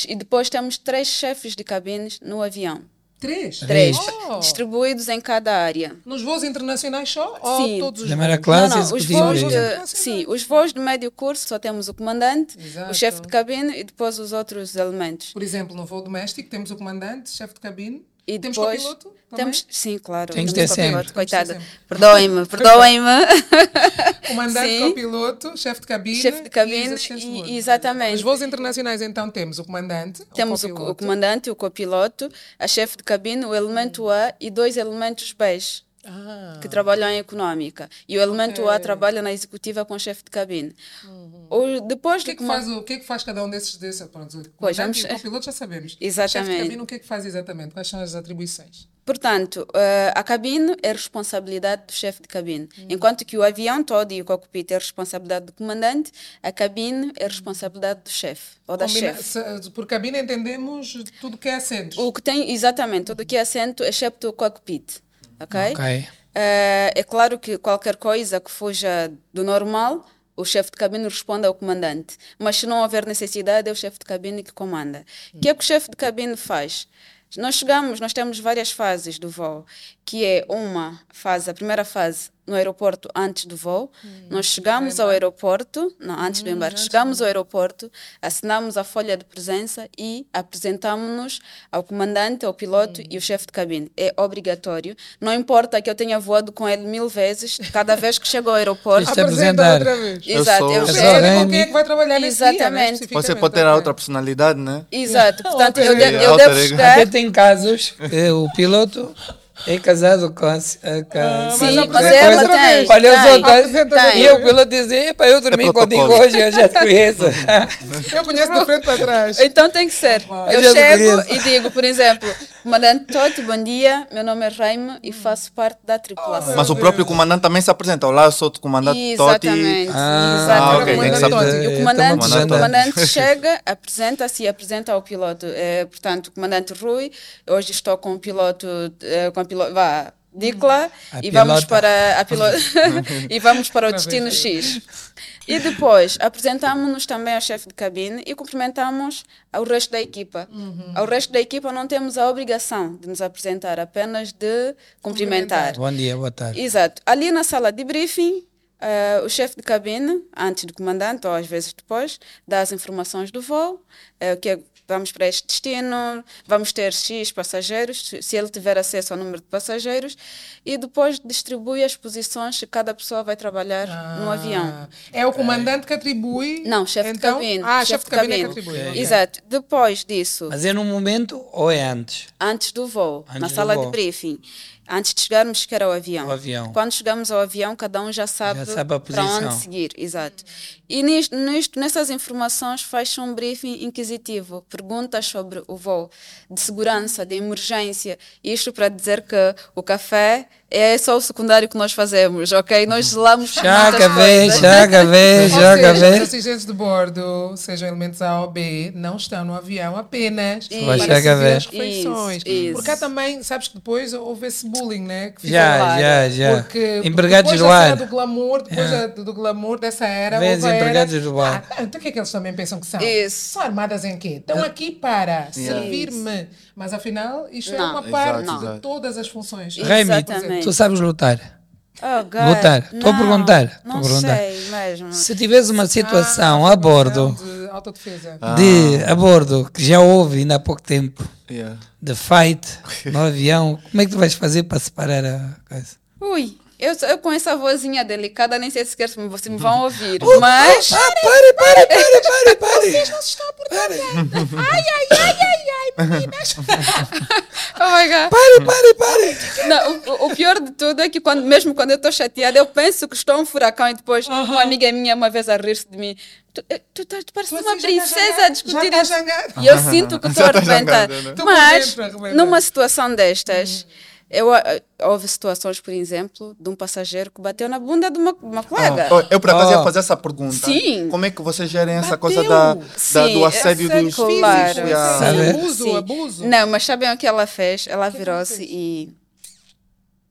S3: e depois temos três chefes de cabines no avião.
S1: Três?
S3: Três,
S1: Oh!
S3: distribuídos em cada área.
S1: Nos voos internacionais só? Ou
S3: Sim.
S1: todos os
S2: Primeira
S1: voos?
S2: classe,
S3: não, não, os
S2: executiva.
S3: voos
S1: executivos.
S3: de, sim, os voos de médio curso só temos o comandante,
S1: Exato.
S3: o chefe de cabine e depois os outros elementos.
S1: Por exemplo, no voo doméstico temos o comandante, chefe de cabine.
S3: E
S1: temos
S3: depois
S1: copiloto também?
S3: temos, sim, claro,
S2: Tem que
S3: temos
S2: ter
S3: copiloto,
S2: sempre.
S1: Tem
S3: coitada.
S1: que ter sempre.
S3: Perdoem-me, perdoem-me.
S1: Comandante,
S3: Sim.
S1: copiloto, chefe de cabine.
S3: (laughs) chefe de
S1: e os
S3: cabine
S1: assistentes de
S3: e-
S1: bordo. Nos
S3: exatamente.
S1: voos internacionais, então, temos o comandante.
S3: Temos o, co-
S1: copiloto.
S3: o comandante, o copiloto, a chefe de cabine, o elemento A e dois elementos B
S1: Ah,
S3: que trabalham em econômica. E o elemento A trabalha na executiva com o chefe de cabine. Ou depois
S1: o que é
S3: do
S1: que
S3: coman-
S1: faz, o o que é que faz cada um desses? desses pronto, o
S3: Pois,
S1: comandante e
S3: (laughs) vamos-
S1: o copiloto já sabemos. Chefe de
S3: Exatamente.
S1: cabine, o que é que faz exatamente? Quais são as atribuições?
S3: Portanto, eh, a cabine é responsabilidade do chefe de cabine, enquanto que o avião todo e o cockpit é responsabilidade do comandante, a cabine é responsabilidade do chefe ou da
S1: Combina-
S3: chefe.
S1: se- eh, por cabine entendemos tudo que é assentos.
S3: O que tem, exatamente, tudo que é assento, excepto o cockpit, ok?
S2: Ok.
S3: Eh, é claro que qualquer coisa que fuja do normal, o chefe de cabine responde ao comandante. Mas se não houver necessidade, é o chefe de cabine que comanda. O que é que o chefe de cabine faz? Nós chegamos, nós temos várias fases do voo, que é uma fase, a primeira fase é no aeroporto antes do voo. Nós chegamos ao aeroporto, não, Hum, antes do embarque, chegamos ao aeroporto, assinamos a folha de presença e apresentamos-nos ao comandante, ao piloto e ao chefe de cabine. É obrigatório. Não importa que eu tenha voado com ele mil vezes, cada vez que chego ao aeroporto. (laughs)
S2: Isto é apresentar.
S1: outra vez.
S4: Eu
S3: Exato,
S4: sou- um
S3: eu
S4: eu
S1: Você
S2: sou
S3: chego-
S1: é
S2: Só
S1: com
S2: ganha
S1: quem é que vai trabalhar nesse dia, né?
S3: Exatamente.
S4: Você pode ter
S1: ok.
S4: outra personalidade, né?
S3: (laughs) Exato, portanto, eu,
S1: Alter
S3: de,
S1: ego.
S3: eu
S4: Alter
S3: devo
S4: ego.
S2: Até
S3: chegar.
S2: tem casos que o piloto é casado com a. se- a- com a
S1: mas
S3: Sim,
S1: não
S2: senhora.
S3: mas
S1: apresenta
S3: ela
S1: outra
S3: tem.
S1: vez.
S2: Olha, eu sou
S3: tem.
S1: Apresenta
S2: doido.
S1: outra
S2: E
S1: vez.
S2: o piloto dizia: Epa, eu dormi contigo
S4: protocolo.
S2: hoje, eu já te conheço.
S1: Eu conheço de frente para trás.
S3: Então tem que ser.
S2: Eu
S3: Eu
S2: já
S3: chego
S2: conheço.
S3: e digo, por exemplo, comandante Totti, bom dia, meu nome é Raime e faço parte da tripulação.
S4: Mas o próprio comandante também se apresenta. Olá, eu sou o comandante Totti.
S3: Exatamente,
S4: Ah, ok, tem que
S3: exatamente.
S4: saber.
S3: E o
S2: É,
S3: comandante,
S4: tamo
S3: o
S4: mandando. (laughs)
S3: comandante chega, apresenta-se e apresenta ao piloto. É, portanto, o comandante Rui, hoje estou com o piloto, eh, com a piloto, vá, Dicla,
S2: A
S3: e vamos
S2: pilota.
S3: para a
S4: (laughs)
S3: piloto, (laughs) e vamos para o destino X. E depois apresentamos-nos também ao chefe de cabine e cumprimentamos ao resto da equipa. Ao resto da equipa não temos a obrigação de nos apresentar, apenas de cumprimentar.
S2: Bom dia, boa tarde.
S3: Exato. Ali na sala de briefing, eh, o chefe de cabine, antes do comandante, ou às vezes depois, dá as informações do voo, eh, que é, vamos para este destino, vamos ter X passageiros, se- se ele tiver acesso ao número de passageiros, e depois distribui as posições que cada pessoa vai trabalhar no avião.
S1: Ah, É o comandante que atribui.
S3: Não, chefe
S1: então-
S3: de cabine.
S1: Ah, chefe de cabine é que atribui. ok.
S3: Exato. Depois disso,
S2: Mas é num momento ou é antes?
S3: antes do voo,
S2: Antes
S3: na
S2: do
S3: sala
S2: voo.
S3: de briefing, antes de chegarmos sequer ao avião.
S2: Ao avião.
S3: Quando chegamos ao avião, cada um já sabe,
S2: sabe a
S3: para onde
S2: posição.
S3: seguir, exato. E nisto, nisto- nessas informações faz-se um briefing inquisitivo, perguntas sobre o voo, de segurança, de emergência, isto para dizer que o café é só o secundário que nós fazemos, ok? Nós
S2: Uhum.
S3: zelamos por
S2: Joga
S3: muitas
S2: bem,
S3: coisas.
S2: joga bem,
S1: Ou
S2: É, joga
S1: seja, os
S2: bem.
S1: assistentes de bordo, sejam elementos A ou B, não estão no avião né? apenas
S3: Isso.
S1: para
S3: Vai
S1: servir
S2: chegar a ver.
S1: as refeições.
S3: Isso, isso.
S1: Porque há também, sabes que depois houve esse bullying, né? Que fica
S2: Já,
S3: lá,
S2: já, já.
S1: Porque
S2: Empregados
S1: depois
S2: do
S1: da cena
S2: ar. É.
S1: do glamour, depois da- do glamour dessa era,
S2: Vês
S1: houve a
S2: empregados
S1: era,
S2: do bar.
S1: Ah, então o que é que eles também pensam que são?
S3: Isso.
S1: São armadas em quê? Estão aqui para servir-me. Mas afinal, isto é
S3: Não.
S1: uma parte
S4: Exato,
S1: de
S4: exato.
S1: todas as funções.
S3: Isso.
S2: Raimi,
S3: Exatamente.
S2: tu sabes lutar.
S3: Oh, God.
S2: Voltar. Tô a
S3: Não,
S2: perguntar, tô a
S3: Não
S2: perguntar.
S3: sei mesmo.
S1: Ah.
S2: Se tivesse uma situação a bordo,
S1: Então, De autodefesa.
S2: de a bordo, que já houve ainda há pouco tempo,
S4: Ah, Yeah.
S2: de fight no avião, como é que tu vais fazer para separar a coisa?
S3: Ui, eu, eu com essa vozinha delicada, nem sei sequer se me, se me vão ouvir, mas...
S2: Ah, pare, pare, pare, pare, pare!
S1: Não se está a portar bem.
S3: Ai, ai, ai, ai, ai, meninas! (laughs) oh my God.
S2: Pare, pare, pare!
S3: Não, o, o pior de tudo é que quando, mesmo quando eu estou chateada, eu penso que estou um furacão e depois uma amiga minha uma vez a rir-se de mim. Tu, eh, tu, tá- tu pareces
S1: Você
S3: uma
S1: já tá
S3: princesa
S1: jangada,
S3: a discutir
S1: já tá
S3: isso.
S1: jangada.
S3: (laughs) E eu sinto que estou
S4: Já tá jangada,
S3: arrebentada.
S4: né?
S1: Tô por
S3: Mas,
S1: dentro arrebentada.
S3: numa situação
S1: Hum.
S3: destas, eu, eh, houve situações, por exemplo, de um passageiro que bateu na bunda de uma, de uma colega.
S4: Oh, eu por acaso
S2: Oh.
S4: ia fazer essa pergunta.
S3: Sim.
S4: Como é que vocês gerem essa
S1: Bateu.
S4: coisa da, da-
S3: Sim,
S4: do assédio
S3: essa é
S4: dos
S3: claro.
S4: físicos? ah. Yeah.
S2: Sabe?
S1: Sim, abuso,
S3: Sim.
S1: abuso.
S3: Não, mas sabem o que ela fez? Ela
S1: que ela
S3: virou-se
S1: fez?
S3: e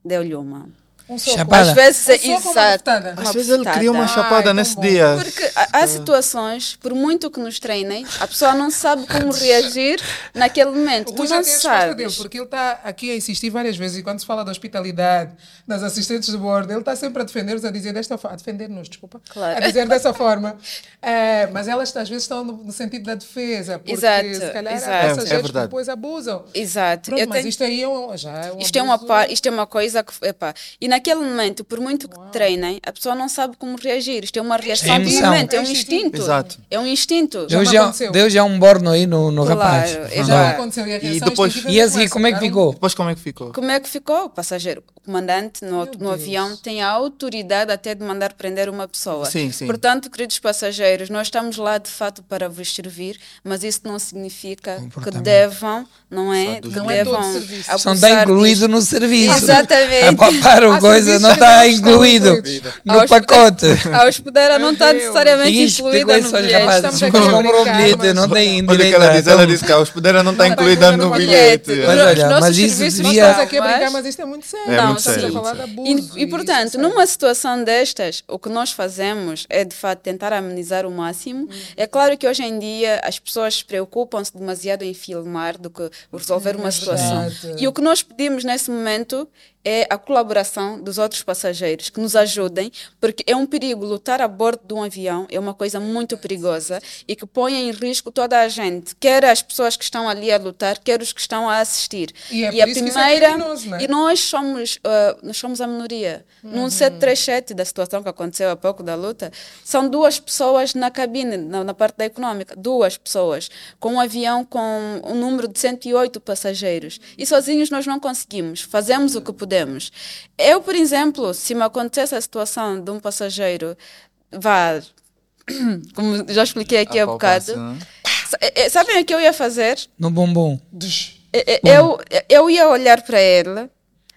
S3: deu-lhe uma.
S1: Um soco.
S2: Chapada.
S3: Às vezes é
S1: Um soco ou uma
S3: exato.
S1: bofetada?
S4: Às vezes ele cria
S1: Ai,
S4: uma chapada
S1: tão
S4: nesse
S1: bom.
S4: dia.
S3: Porque há- há situações, por muito que nos treinem, a pessoa não sabe como reagir naquele momento.
S1: O
S3: Tu
S1: Rui já
S3: não
S1: tem a resposta dele,
S3: sabes.
S1: porque ele está aqui a insistir várias vezes e quando se fala da hospitalidade, das assistentes de bordo, ele está sempre a defender-nos, a dizer desta forma, a defender-nos, desculpa,
S3: Claro.
S1: a dizer dessa forma. (laughs) Eh, mas elas às vezes estão no, no sentido da defesa, porque
S3: Exato,
S1: se calhar
S3: exato.
S1: há
S4: É, é
S1: passageiros que
S4: verdade.
S1: depois abusam.
S3: Exato.
S1: Pronto,
S3: Eu
S1: mas
S3: tenho-
S1: isto aí é um, já é um
S3: Isto é, uma,
S1: abuso.
S3: pa- isto é uma coisa que. Epá, e naquele momento, por muito que treinem, a pessoa não sabe como reagir. Isto é uma reação do
S2: emoção.
S3: momento, é um
S1: É instinto.
S3: instinto.
S4: Exato.
S3: É um instinto.
S1: Já
S2: Deu
S1: me
S2: já,
S1: aconteceu.
S2: deu já um borno aí no, no
S3: Claro,
S2: rapaz.
S3: é
S1: Já
S3: já-
S1: aconteceu e a
S4: E
S1: reação
S4: depois-
S1: instintiva
S2: E a
S1: não
S2: seguir, como é que
S1: ficaram-
S2: ficou?
S4: Depois como é que ficou?
S3: Como é que ficou? O passageiro, o comandante no, no avião tem a autoridade até de mandar prender uma pessoa.
S4: Sim, sim.
S3: Portanto, queridos passageiros, nós estamos lá de fato para vos servir, mas isso não significa que
S2: Comportamento.
S3: devam, não é? Que
S1: Não é todo
S3: devam
S1: serviço.
S3: abusar
S2: Só está
S3: disto.
S2: incluído no serviço.
S3: Exatamente.
S2: (laughs) A papar o
S1: Há
S2: coisa
S1: serviços que
S2: não
S1: não
S2: está
S1: estão
S2: incluído
S1: incluídos.
S3: A
S2: no
S3: hospedeira-
S2: pacote.
S3: A hospedeira não está
S1: Meu Deus.
S3: necessariamente
S2: Isso, pegou
S3: incluída
S2: isso
S3: no
S2: aos
S3: bilhete.
S2: rapazes.
S1: Estamos aqui
S2: Não
S4: um
S2: comprou o
S1: a brincar,
S2: bilhete, não
S1: mas-
S2: tem
S4: Olha o que
S2: direito.
S4: ela
S2: a-
S4: diz, né? ela diz que a hospedeira não está
S1: tá
S4: incluída
S1: incluída
S4: no
S1: no
S4: bilhete.
S3: bilhete.
S2: Mas
S3: Os
S2: olha,
S3: nossos
S2: mas isso
S3: serviços
S1: Nós
S2: devia-
S1: estamos aqui a brincar,
S3: Mas-
S1: mas isto é muito sério.
S4: É muito
S1: estamos
S4: sério,
S1: a falar
S4: muito
S1: de
S4: sério.
S1: abuso. é.
S3: E, e, portanto, numa situação destas, o que nós fazemos é de fato tentar amenizar o máximo.
S1: Uhum.
S3: É claro que hoje em dia as pessoas se preocupam-se demasiado em filmar do que resolver
S1: Uhum.
S3: uma situação.
S1: verdade.
S3: E o que nós pedimos nesse momento é a colaboração dos outros passageiros que nos ajudem, porque é um perigo lutar a bordo de um avião, é uma coisa muito perigosa e que põe em risco toda a gente, quer as pessoas que estão ali a lutar, quer os que estão a assistir.
S1: E é por
S3: a
S1: isso que isso é Uhum. criminoso, né?
S3: e nós somos, ah, nós somos a minoria. Num 737 da situação que aconteceu há pouco da luta, são duas pessoas na cabine, na, na parte da econômica, duas pessoas, com um avião com um número de 108 passageiros. E sozinhos nós não conseguimos, fazemos o que podemos. Eu, por exemplo, se me acontecesse a situação de um passageiro, vá, (clears throat) como já expliquei aqui há
S4: Apalpar-se,
S3: bocado,
S4: né?
S3: sa- eh, eh, sabem o que eu ia fazer?
S2: No bumbum.
S3: É- é- Eu, eu ia olhar para ele,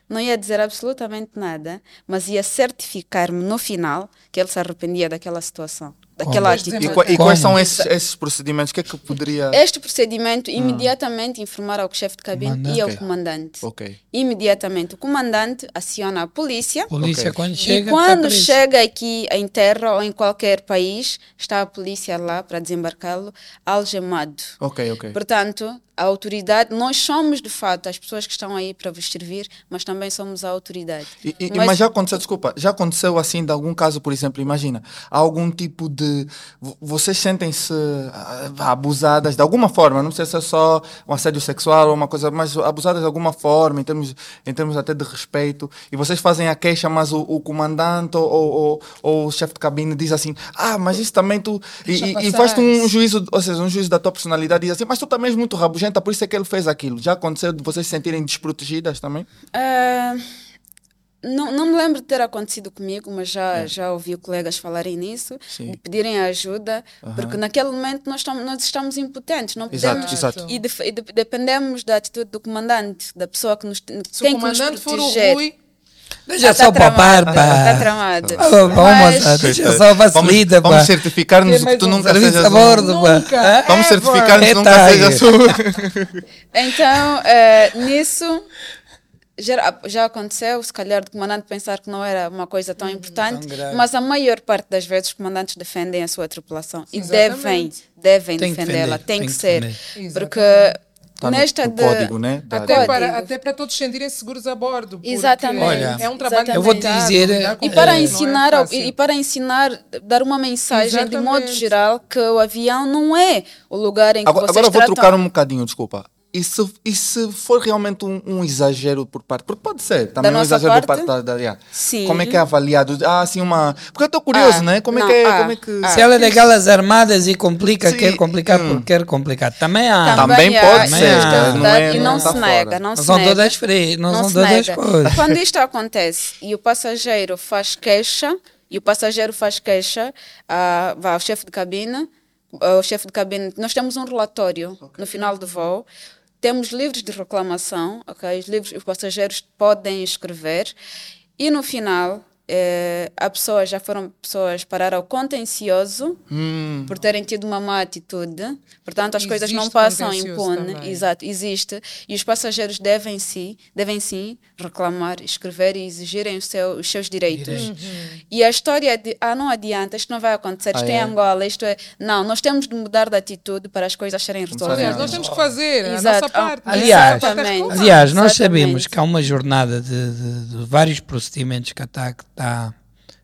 S3: não ia dizer absolutamente nada, mas ia certificar-me no final que ele se arrependia daquela situação, daquela
S1: Pois,
S3: atitude.
S4: E, qua- e
S2: Como?
S4: quais são esses, esses procedimentos? O que é que poderia...
S3: Este
S4: Ah.
S3: procedimento, imediatamente informar ao chefe de cabine
S2: Comandante.
S3: e ao
S4: Ok.
S3: comandante.
S4: Ok.
S3: Imediatamente, o comandante aciona a polícia.
S2: Polícia
S4: Ok.
S2: quando chega.
S3: e quando
S2: tá preso.
S3: chega aqui em terra ou em qualquer país, está a polícia lá para desembarcá-lo, algemado.
S4: Ok, ok.
S3: Portanto, a autoridade, nós somos de fato as pessoas que estão aí para vos servir, mas também somos a autoridade.
S4: E- e-
S3: Mas-
S4: mas, já aconteceu, desculpa, já aconteceu assim de algum caso, por exemplo, imagina, há algum tipo de. vo- Vocês sentem-se ah, abusadas de alguma forma, não sei se é só um assédio sexual ou uma coisa, mas abusadas de alguma forma, em termos, em termos até de respeito, e vocês fazem a queixa, mas o, o comandante ou, ou, ou- ou o chefe de cabine diz assim: ah, mas isso também tu. E,
S1: Deixa
S4: e- e
S1: passar
S4: faz-te um
S1: isso.
S4: juízo, ou seja, um juízo da tua personalidade e diz assim: mas tu também és muito rabugenta, por isso é que ele fez aquilo. Já aconteceu de vocês se sentirem desprotegidas também?
S3: Ah, não, não me lembro de ter acontecido comigo, mas já, já ouvi colegas falarem nisso,
S4: É. Sim.
S3: de pedirem ajuda, porque naquele momento nós, estamos, nós estamos impotentes, não
S4: Exato,
S3: podemos.
S4: exato.
S3: E, def- e de- dependemos da atitude do comandante, da pessoa que nos tem
S1: é Se o
S3: que nos
S1: comandante for o
S3: proteger.
S1: Rui,
S2: Deixa
S3: tá
S2: só papar,
S3: tramado,
S2: pá.
S3: Tá tramado.
S2: Ah, pá, vamos, ah,
S3: Mas-
S2: deixa só facilita,
S4: vamos, vamos
S2: pá.
S1: Tem
S4: certificar-nos que
S1: mais
S4: tu
S1: um
S4: nunca
S2: Serviço
S4: sejas
S2: a
S4: um-
S2: bordo, pá.
S1: Nunca.
S2: Hã?
S4: Vamos
S1: Ever.
S4: certificar-nos que nunca
S2: Detalhe.
S4: sejas (laughs) um.
S3: Então, eh, nisso, já, já aconteceu, se calhar, do comandante pensar que não era uma coisa
S1: Hum,
S3: tão importante,
S2: grave.
S3: mas a maior parte das vezes os comandantes defendem a sua tripulação e
S1: Exatamente.
S3: devem, devem
S2: Tem que
S3: defendê-la,
S2: defender,
S3: tem
S2: tem
S3: que
S2: que
S3: ser.
S2: defender.
S3: Porque
S4: Tá no-
S3: nesta
S4: no
S3: de.
S4: código, né? Da-
S1: Até
S3: Código.
S1: para, até para todos se sentirem seguros a bordo. porque
S3: Exatamente.
S2: Olha,
S1: é um trabalho
S3: Eu vou te
S1: complicado,
S2: dizer, eh,
S1: lidar com
S3: E
S1: isso
S3: para
S1: não é
S3: ensinar, ao-
S1: fácil.
S3: e e para ensinar, dar uma mensagem de modo
S1: Exatamente.
S3: geral que o avião não é o lugar em que
S4: Agora,
S3: vocês
S4: agora eu vou
S3: tratam.
S4: trocar um bocadinho, desculpa. E se, e se for realmente um, um exagero por parte? Porque pode ser, também um
S3: nossa
S4: exagero por
S3: parte?
S4: parte da, da yeah.
S3: Sim.
S4: Como é que é avaliado? Ah, assim, uma. Porque eu estou curioso,
S3: Ah,
S4: né? Como é
S3: não,
S4: que é?
S3: ah,
S4: como é que...
S3: ah.
S2: Se ela é daquelas armadas e complica,
S4: Sim.
S2: quer complicar
S4: Hum.
S2: porque quer complicar. Também há.
S4: Também
S3: há
S4: pode
S3: essa
S2: ser,
S3: dificuldade
S4: não é-
S3: e não,
S4: não
S3: se
S4: tá
S3: nega,
S4: fora.
S3: não
S2: Não
S3: se
S2: são
S3: nega.
S2: todas frias, não,
S3: não
S2: são
S3: se
S2: todas
S3: nega.
S2: coisas.
S3: Quando isto acontece e o passageiro faz queixa, e o passageiro faz queixa ah, vá ao chefe de cabine, ah, o chefe de cabine, nós temos um relatório no final do voo, temos livros de reclamação, ok? Os, livros, os passageiros podem escrever, e no final eh, há pessoas, já foram pessoas parar ao contencioso por terem tido uma má atitude, portanto as coisas não
S1: Hum. Existe
S3: passam
S1: contencioso
S3: impune,
S1: também.
S3: Exato. Exato, existe. E os passageiros devem sim, devem sim reclamar, escrever e exigirem o seu- os seus direitos.
S1: Uhum.
S3: E a história de, ah, não adianta, isto não vai acontecer, isto
S4: Ah,
S3: é,
S4: é?
S3: Angola, isto é. Não, nós temos de mudar de atitude para as coisas serem
S1: Aliás,
S3: resolvidas.
S1: nós temos que fazer a
S3: Exato.
S1: nossa parte. né?
S2: Aliás,
S1: Essa parte é
S3: Exatamente.
S1: responsável.
S2: Aliás, nós
S3: Exatamente.
S2: sabemos que há uma jornada de, de- de vários procedimentos que a TAC está,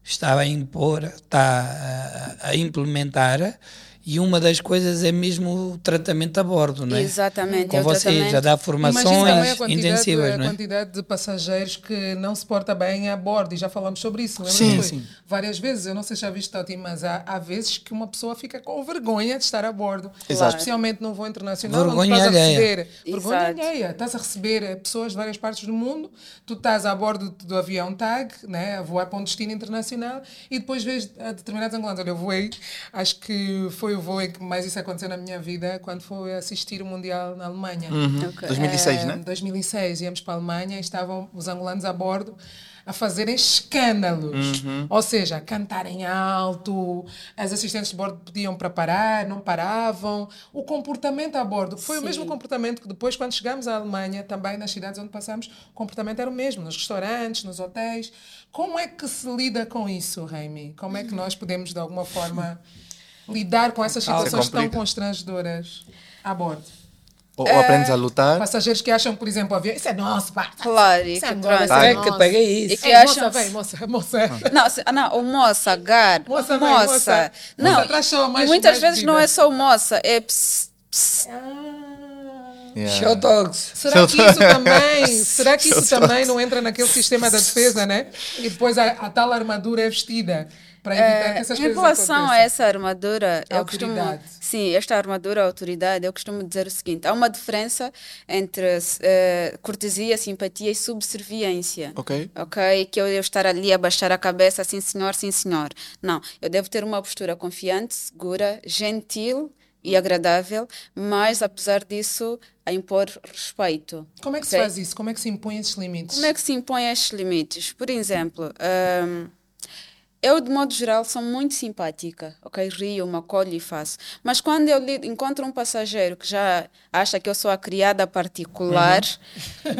S2: está a impor, está a, a implementar, e uma das coisas é mesmo o tratamento a bordo, não é?
S3: Exatamente, é
S2: Com
S3: o
S2: vocês,
S3: tratamento.
S2: a
S1: Imagina
S2: dar
S1: também a
S2: formações
S1: quantidade,
S2: intensivas,
S1: a
S2: não é?
S1: quantidade de passageiros que não se porta bem a bordo, e já falamos sobre isso, lembra?
S4: Sim,
S1: Rui?
S4: sim.
S1: Várias vezes, eu não sei se já viste, Toti, mas há, há vezes que uma pessoa fica com vergonha de estar a bordo,
S4: Exato.
S1: especialmente num voo internacional,
S2: Vergonha
S1: onde estás
S2: alheia.
S1: a receber, vergonha
S3: Exato.
S1: alheia, estás a receber eh, pessoas de várias partes do mundo, tu estás a bordo do avião TAG, né, a voar para um destino internacional, e depois vês a determinados angolanos, olha, eu voei, acho que foi o voo em que mais isso aconteceu na minha vida, quando foi assistir o Mundial na Alemanha.
S2: Uhum.
S3: Ok.
S4: 2006,
S1: Em
S4: né?
S1: 2006, íamos para a Alemanha e estavam os angolanos a bordo a fazerem escândalos. Ou seja, a cantarem alto, as assistentes de bordo pediam para parar, não paravam. O comportamento a bordo foi o mesmo comportamento que depois, quando chegámos à Alemanha, também nas cidades onde passámos, o comportamento era o mesmo, nos restaurantes, nos hotéis. Como é que se lida com isso, Raimi? Como é que nós podemos, de alguma forma, lidar com essas situações tão
S4: complica.
S1: constrangedoras a bordo?
S4: Ou,
S3: É.
S4: ou aprendes a lutar?
S1: Passageiros que acham, por exemplo, avião, isso é nosso, pá.
S3: Claro, e
S1: Isso
S3: que
S1: é Angola, isso
S3: trazem-
S1: é
S2: Ai, que paga isso.
S3: E que
S1: Ei, moça,
S3: acham-
S1: vem, moça, moça.
S3: Não, se- ah, não, o moça, gar,
S1: Moça,
S3: moça,
S1: vai, moça.
S3: Não,
S1: Moça traz só
S3: e
S1: mais-
S3: muitas
S1: mais
S3: vezes
S1: vida.
S3: não é só o moça, é ps, ps, Ah.
S4: Yeah.
S2: Show dogs.
S1: Ah, Será que isso também, será que isso também não entra naquele sistema da defesa, né? E depois a, a tal armadura é vestida para evitar Então, é que essas
S3: É, Em
S1: coisas
S3: relação a
S1: aconteçam.
S3: essa armadura, eu costumo.
S1: Autoridade.
S3: Sim, esta armadura, autoridade, eu costumo dizer o seguinte: há uma diferença entre eh, cortesia, simpatia e subserviência.
S4: Ok.
S3: Ok? Que eu devo estar ali a baixar a cabeça, sim senhor, sim senhor. Não, eu devo ter uma postura confiante, segura, gentil e agradável, mas apesar disso, a impor respeito.
S1: Como é que se
S3: Ok?
S1: faz isso? Como é que se impõem esses limites?
S3: Como é que se impõem estes limites? Por exemplo, hum, eu, de modo geral, sou muito simpática, ok? Rio, me acolho e faço. Mas quando eu lido- encontro um passageiro que já acha que eu sou a criada particular,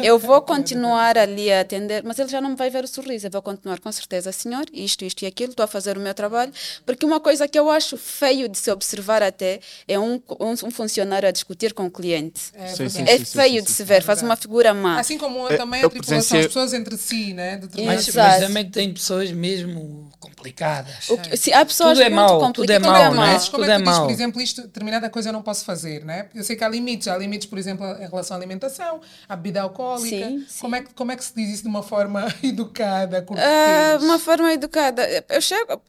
S3: eu vou continuar ali a atender, mas ele já não me vai ver o sorriso. Eu vou continuar, com certeza, senhor, isto, isto e aquilo, estou a fazer o meu trabalho. Porque uma coisa que eu acho feio de se observar até é um, um- um funcionário a discutir com o cliente. É,
S4: Sim, sim, sim, sim,
S3: feio
S4: sim,
S3: de
S4: (laughs) sim.
S3: se ver, faz uma figura má.
S1: Assim como
S4: É,
S1: também
S4: eu
S1: a tripulação, as
S4: presenciei-
S1: pessoas entre si, né?
S2: Mas,
S1: Determinadas-
S3: Exato.
S2: mas também tem pessoas mesmo complicadas.
S3: O que- se há pessoas
S2: Tudo é
S3: muito
S2: mau, tudo
S3: complicadas,
S2: é mau, não é?
S1: Mas como
S2: Tudo
S1: é
S2: é
S1: que tu dizes,
S2: mau.
S1: por exemplo, isto, determinada coisa eu não posso fazer, né? Eu sei que há limites, há limites, por exemplo, em relação à alimentação, à bebida alcoólica.
S3: Sim, sim.
S1: Como, é que, como é que se diz isso de uma forma (laughs) educada, cortês?
S3: Ah, uma forma educada. Eu chego.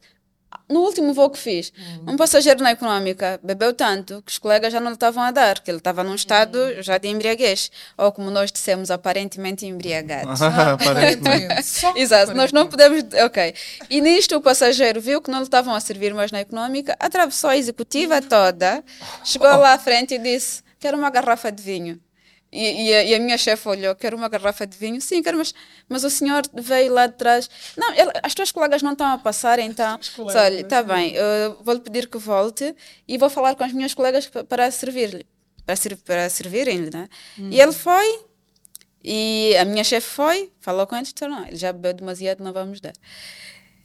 S3: No último voo que fiz, um passageiro na econômica bebeu tanto que os colegas já não lhe estavam a dar, que ele estava num estado já de embriaguez, ou como nós dissemos, aparentemente embriagado. (laughs)
S1: Aparentemente. (laughs) Só
S3: Exato, nós não podemos. Ok. E nisto o passageiro viu que não lhe estavam a servir mais na econômica, atravessou a executiva toda, chegou lá à frente e disse: Quero uma garrafa de vinho. E, e a, e a minha chefe olhou, quero uma garrafa de vinho. Sim, quero, mas, mas o senhor veio lá de trás. Não, ele- as tuas colegas não estão a passar, então.
S1: colegas,
S3: Só, olha, está bem, eu vou-lhe pedir que volte e vou falar com as minhas colegas pa- para servir-lhe. Para, ser, para servirem-lhe, né?
S1: Hum.
S3: E ele foi, e a minha chefe foi, falou com ele, disse, não, ele já bebeu demasiado, não vamos dar.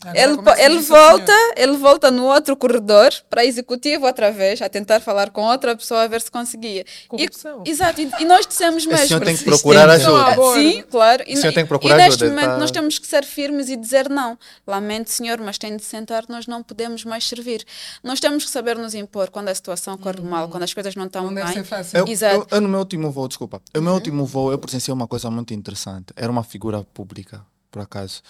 S1: Agora é
S3: Ele,
S1: começa
S3: ele
S1: isso, senhor.
S3: volta, ele volta no outro corredor para executivo outra vez, a tentar falar com outra pessoa a ver se conseguia. E-
S1: Corrupção.
S3: exato, e, e nós dissemos
S4: O
S3: mesmo.
S4: senhor tem que
S2: persistente.
S4: procurar
S1: Não há
S4: ajuda.
S1: boa- Por favor.
S3: Sim, claro. E,
S4: O senhor tem que procurar
S3: e neste
S4: ajuda,
S3: momento
S4: tá?
S3: nós temos que ser firmes e dizer não. Lamento, senhor, mas tem de sentar, nós não podemos mais servir. Nós temos que saber nos impor quando a situação corre mal, quando as coisas não estão
S1: Uhum. Não
S3: bem.
S1: deve ser fácil.
S4: Eu,
S3: Exato.
S4: eu- eu no meu último voo, desculpa. No
S1: Uhum.
S4: meu último voo, eu presenciei uma coisa muito interessante. Era uma figura pública, por acaso.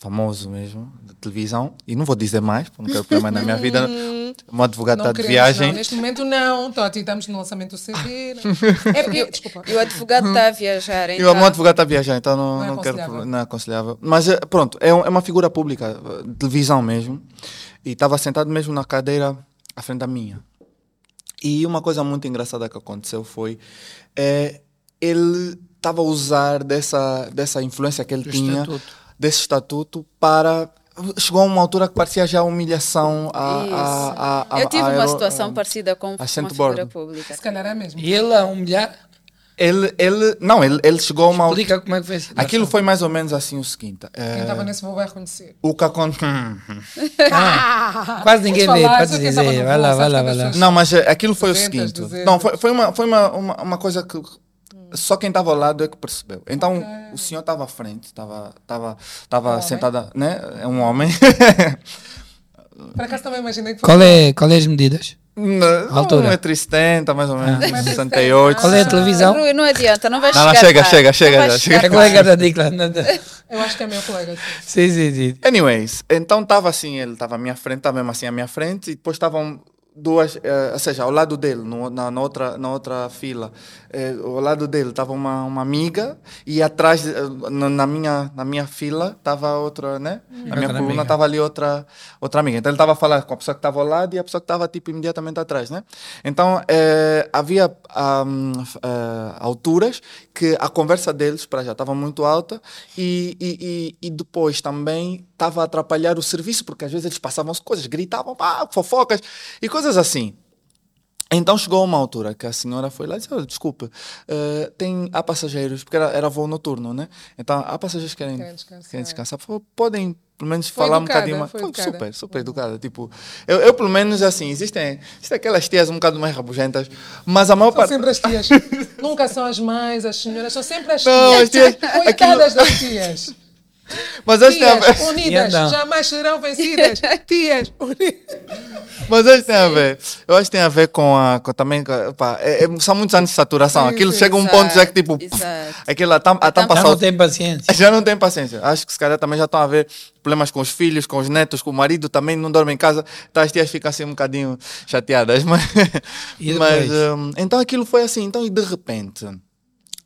S4: Famoso mesmo, da televisão. E não vou dizer mais, porque não quero problema na minha vida. Uma advogada
S1: Uhum. Não
S4: Tá de
S1: queremos,
S4: viagem.
S1: não. Neste momento não, Toti, estamos no lançamento do CD.
S3: (laughs)
S1: né? É porque, desculpa,
S3: E o advogado está a viajar.
S4: Uhum. E o
S3: Então,
S4: meu advogado está a viajar, então não,
S1: Não é
S4: não, quero.
S1: aconselhável.
S4: proble- Não é aconselhável. Mas eh, pronto, é, um- é uma figura pública, eh, de televisão mesmo. E estava sentado mesmo na cadeira à frente da minha. E uma coisa muito engraçada que aconteceu foi. eh, ele estava a usar dessa, dessa influência que ele
S2: Do
S4: tinha,
S2: estatuto.
S4: desse estatuto, para. Chegou a uma altura que parecia já humilhação a.
S3: Isso.
S4: a, a, a
S3: eu tive
S4: a-
S3: uma
S4: a-
S3: situação parecida com uma
S4: a Centro
S3: figura
S4: Bordo.
S3: pública.
S1: se calhar é mesmo.
S2: E ele a humilhar,
S4: Ele, ele, não, ele, ele chegou a uma.
S2: explica como é que foi assim.
S1: (laughs)
S4: Aquilo foi mais ou menos assim o seguinte. eh,
S1: Quem estava nesse voo vai reconhecer.
S4: O que Hum. aconteceu.
S2: Quase ninguém
S1: Podes
S2: vê,
S1: Ah, falar,
S2: podes
S1: só quem estava
S2: dizer.
S1: no
S2: Vai
S1: voo,
S2: lá,
S1: sabes
S2: vai lá, vai
S1: quantas
S2: lá.
S1: pessoas-
S4: Não, mas eh, aquilo foi
S1: 200,
S4: o seguinte.
S1: 200.
S4: Não, foi, foi, uma, foi uma, uma, uma coisa que só quem estava ao lado é que percebeu. Então o senhor estava à frente, estava tava, tava sentada, né? É um homem. (laughs)
S1: Por acaso também imaginei que foi.
S2: Qual é, qual é as medidas?
S4: Não,
S2: Altura.
S4: Um é tristente, mais ou menos,
S1: Ah.
S4: 68.
S2: Qual é a televisão?
S3: Rui, não adianta, não vai
S4: Não,
S3: chegar
S4: não, chega,
S3: lá.
S4: chega, chega
S3: vai
S4: já,
S2: É
S4: chega.
S2: a
S3: chegar lá.
S2: colega da Dicla. não, não.
S1: Eu acho que é meu colega. sim.
S2: Sim, sim, sim.
S4: Anyways, então estava assim, ele estava à minha frente, estava mesmo assim à minha frente, e depois estavam duas, eh, ou seja, ao lado dele, no- na, na outra, na outra fila, eh, ao lado dele estava uma, uma amiga, e atrás, eh, na, na minha, na minha fila, estava outra, né? Na
S2: Outra
S4: minha coluna
S2: amiga.
S4: estava ali outra, outra amiga. Então ele estava a falar com a pessoa que estava ao lado e a pessoa que estava, tipo, imediatamente atrás, né? Então eh, havia ahm, f- ah, alturas que a conversa deles, para já, estava muito alta e, e, e, e depois também estava a atrapalhar o serviço, porque às vezes eles passavam-se coisas, gritavam, pá, fofocas e coisas assim. Então chegou uma altura que a senhora foi lá e disse: Olha, desculpe, eh, tem, há passageiros, porque era, era voo noturno, né? Então há passageiros que querem,
S1: Querem descansar.
S4: querem descansar. Por favor, podem, pelo menos,
S1: Foi
S4: falar
S1: educada,
S4: um bocadinho mais.
S1: foi
S4: Foi,
S1: educada. Uhum.
S4: super, super educada. Tipo, eu, eu, pelo menos, assim, existem, existem aquelas tias um bocado mais rabugentas, mas a maior
S1: São
S4: parte.
S1: sempre as
S4: (laughs)
S1: tias. Nunca são as mães, as senhoras, são sempre as tias.
S4: Não, as tias-
S1: Coitadas das tias.
S4: Mas acho que tem a ver.
S1: Tias unidas,
S2: Tiandão.
S1: jamais serão
S3: (laughs)
S1: vencidas. Tias unidas.
S4: Mas acho que tem a ver. Eu acho que tem a ver com a. com também. com a- pá, é- é- são muitos anos de saturação. Aquilo chega a um ponto já que tipo.
S3: Exato, exato.
S4: Aquilo, tá, a tampa, a
S1: um
S4: tampa
S2: Já
S4: sal-
S2: não tem paciência.
S4: (laughs) Já não tem paciência. Acho que se calhar também já estão a ver problemas com os filhos, com os netos, com o marido também, não dorme em casa. Então as tias ficam assim um bocadinho chateadas. (laughs) Mas,
S2: E depois?
S4: mas, hum, então aquilo foi assim. Então, e de repente,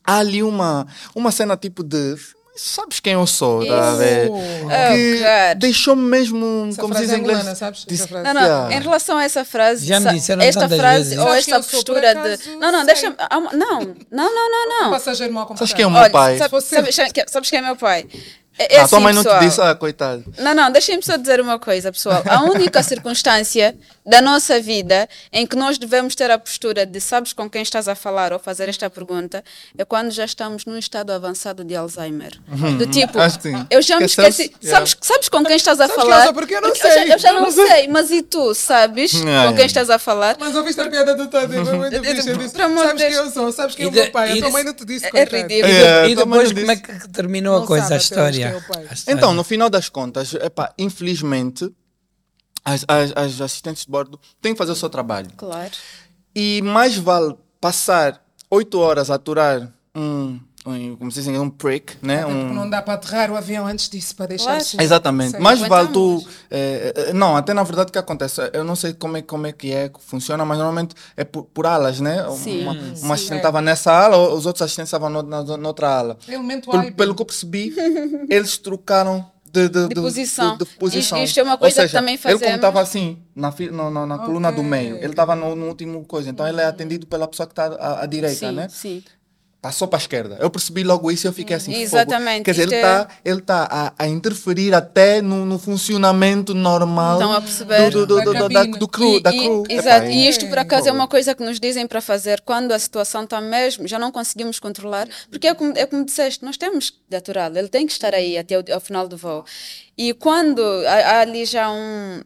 S4: há ali uma, uma cena tipo de. Sabes quem eu sou? Tá a ver?
S1: Oh.
S4: Que
S3: God.
S4: deixou mesmo,
S1: Essa
S4: como
S1: frase
S4: dizem
S1: é
S4: em inglês.
S1: angolana, sabes? Essa
S4: dis-
S1: frase.
S3: Não, não,
S4: Yeah.
S3: em relação a essa frase,
S2: Já me
S3: sa-
S2: disseram
S3: esta
S2: tantas
S3: frase
S2: vezes.
S3: ou
S1: Sabes que
S3: esta
S1: eu sou, por
S3: postura
S1: acaso,
S3: de. Não, não,
S1: sei.
S3: deixa-me. ah, Não, não, não, não, não.
S1: Passageiro mal comportado.
S4: Sabes quem é o meu
S3: Olha,
S4: pai?
S1: se
S3: sabe-
S1: fosse-
S3: sabe- sabes, quem- sabes quem é meu pai? É, é
S4: Ah, tua
S3: assim,
S4: mãe não
S3: pessoal.
S4: te disse, ah, coitado.
S3: Não, não, deixem-me só dizer uma coisa, pessoal. A única circunstância da nossa vida em que nós devemos ter a postura de sabes com quem estás a falar ou fazer esta pergunta é quando já estamos num estado avançado de Alzheimer. Do tipo,
S4: acho que sim.
S3: eu já me
S4: Esquecemos,
S3: esqueci.
S4: yeah.
S3: Sabes, sabes com quem estás a
S1: Sabes quem eu
S3: falar?
S1: sou? Porque eu não
S3: Porque já-
S1: sei.
S3: eu já não sei, mas e tu sabes
S4: Ah,
S3: com
S4: é.
S3: quem estás a falar?
S1: Mas ouviste a piada do Tati, foi muito
S3: Eu- eu-
S1: fixe. Eu disse,
S3: pelo amor de
S1: Sabes quem
S3: Deus.
S1: eu sou, sabes quem é
S2: E
S1: o meu
S2: de-
S1: pai.
S2: e
S1: A tua
S2: de-
S1: mãe não te disse,
S3: é
S1: coitado.
S3: ridículo.
S4: É,
S2: e
S4: tua mãe
S2: depois,
S4: não
S2: como é
S4: disse.
S2: que terminou
S1: Não
S2: a coisa,
S1: sabe
S2: a
S1: até hoje quem é
S2: história?
S1: o pai.
S2: A história.
S4: Então, no final das contas, epá, infelizmente, as, as- as assistentes de bordo têm que fazer o seu trabalho.
S3: Claro.
S4: E mais vale passar oito horas a aturar um, um como se dizem, um prick, né?
S1: Até porque
S4: Um,
S1: não dá para aterrar o avião antes disso, para deixar
S3: Claro.
S1: assim.
S4: Exatamente.
S1: Sim.
S4: Mais vale
S3: Aguentamos.
S4: tu. eh, eh, não, até na verdade o que acontece? Eu não sei como é, como é que é, que funciona, mas normalmente é por, por alas, né?
S3: Sim,
S4: uma
S3: sim.
S4: uma assistente estava nessa ala, o- os outros assistentes estavam no- na- na- noutra ala.
S1: Elemento
S4: Pelo,
S1: áibe.
S4: pelo que eu percebi, (laughs) eles trocaram de, de,
S3: De
S4: de-
S3: posição.
S4: de- de posição.
S3: Isto- isto é uma
S4: Ou
S3: coisa que
S4: seja,
S3: também
S4: Ele, como
S3: fazemos.
S4: estava assim, na, fi- no- no- na coluna do
S1: Ok.
S4: meio, ele estava no, no último coisa, então ele é atendido pela pessoa que está tá à, à direita,
S3: Uhum. Sim,
S4: né?
S3: sim.
S4: passou para a esquerda. Eu percebi logo isso e eu fiquei assim. fogo.
S3: Exatamente,
S4: Quer dizer,
S3: isto
S4: ele
S3: é-
S4: está ele tá a, a interferir até no, no funcionamento normal
S3: Estão a perceber?
S4: do, do, do, do,
S1: Da
S4: da, do crew.
S3: E-
S4: da
S3: e-
S4: crew.
S3: exato.
S4: Epá,
S3: E isto, por acaso, é uma
S4: fogo.
S3: coisa que nos dizem para fazer quando a situação está mesmo, já não conseguimos controlar, porque é como, é como disseste, nós temos de aturá-lo, ele tem que estar aí até o, ao final do voo. E quando há, há ali já um,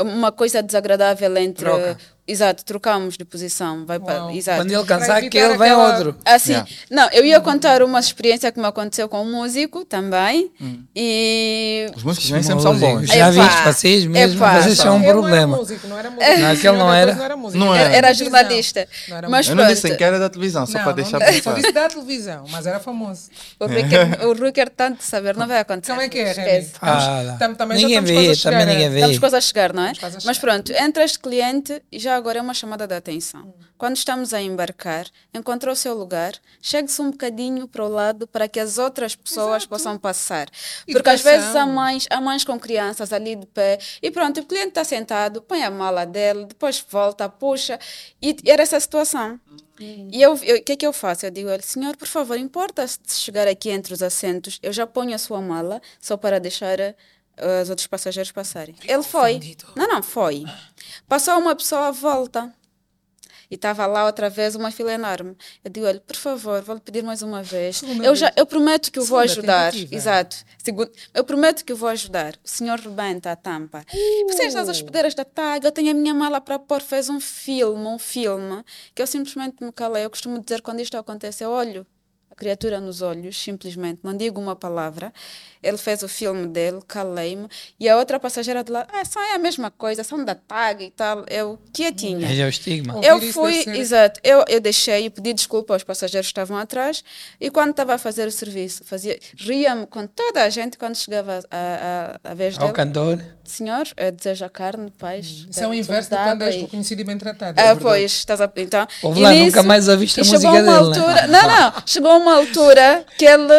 S3: uma coisa desagradável entre.
S2: Troca.
S3: Exato, trocamos de posição. Vai para,
S1: Uau.
S3: exato.
S2: Quando ele cansar,
S1: evitar
S2: que ele vai
S1: aquela-
S2: outro.
S3: Assim,
S4: Yeah.
S3: não, eu ia contar uma experiência que me aconteceu com um músico também.
S4: Hum.
S3: E.
S4: Os músicos nem sempre são
S2: Músicos.
S4: bons.
S2: Já
S3: Epá.
S2: viste, vocês mesmo,
S3: Epá.
S2: vocês são um
S1: Ele não era
S2: problema.
S1: músico, é
S3: (laughs)
S1: não era músico.
S2: Não, aquele
S1: Senhora
S2: não
S1: da
S2: era.
S1: Coisa era músico.
S4: Não era.
S3: Era
S1: da televisão.
S3: jornalista.
S1: Não era
S3: Mas
S1: músico.
S4: Eu não disse
S3: pronto.
S4: em que era da televisão, só
S1: Não,
S4: para
S1: não
S4: deixar
S1: disse,
S4: bem
S1: Só
S4: claro.
S1: disse da televisão, mas era famoso.
S3: O Rui, quer, o Rui quer tanto saber, não vai acontecer.
S1: Como é que é, Remy?
S3: esquece.
S2: Fala.
S1: Tam- também já
S2: Ah, ninguém
S1: estamos quase a
S2: vê,
S1: chegar,
S2: também
S1: né?
S2: ninguém vê.
S3: Estamos quase a chegar, não é?
S1: quase a
S3: Mas
S1: chegar.
S3: pronto, entra este cliente e já agora é uma chamada de atenção.
S1: Hum.
S3: Quando estamos a embarcar, encontrou o seu lugar, chegue-se um bocadinho para o lado para que as outras pessoas possam passar. Porque às
S1: Educação.
S3: vezes há mães, há mães com crianças ali de pé e pronto, o cliente está sentado, põe a mala dele, depois volta, puxa e era essa situação.
S1: Uhum.
S3: E eu, eu- o que é que eu faço? Eu digo, olha, senhor, por favor, importa-se de chegar aqui entre os assentos, eu já ponho a sua mala só para deixar eh, os outros passageiros passarem. Ele foi. Não, não, foi. Passou uma pessoa à volta. E estava lá outra vez uma fila enorme. Eu digo, olha, por favor, vou lhe pedir mais uma vez.
S1: Segunda
S3: Eu,
S1: vez.
S3: já, eu prometo que eu vou
S1: Oh, Segunda
S3: ajudar.
S1: tentativa.
S3: Exato. Segundo, eu prometo que eu vou ajudar. O senhor rebenta a tampa. Vocês estão às hospedeiras da tag, eu tenho a minha mala para pôr. Fez um filme, um filme, que eu simplesmente me calei. Eu costumo dizer quando isto acontece, eu olho a criatura nos olhos, simplesmente, não digo uma palavra. Ele fez o filme dele, calei-me. E a outra passageira de lá, ah, só é a mesma coisa, são da tag e tal. Eu, quietinha.
S2: Mas é o estigma.
S1: Ouvir
S3: Eu
S1: isso
S3: fui,
S1: deve ser-
S3: exato, eu, eu deixei e pedi desculpa aos passageiros que estavam atrás e quando estava a fazer o serviço, fazia, ria-me com toda a gente quando chegava a, a, a vez
S2: Ao
S3: dele.
S2: cantor,
S3: Senhor, eh, deseja carne, paz.
S1: Isso é o
S3: tudo
S1: inverso de
S3: dado
S1: quando és
S3: aí."
S1: reconhecido e bem tratado. é
S3: Ah,
S1: verdade.
S3: pois, estás a. Então,
S2: Ouve
S3: e
S2: lá, nunca mais ouviste a
S3: e chegou
S2: música
S3: uma
S2: dele, né?
S3: altura, Não, não, chegou uma altura que ele,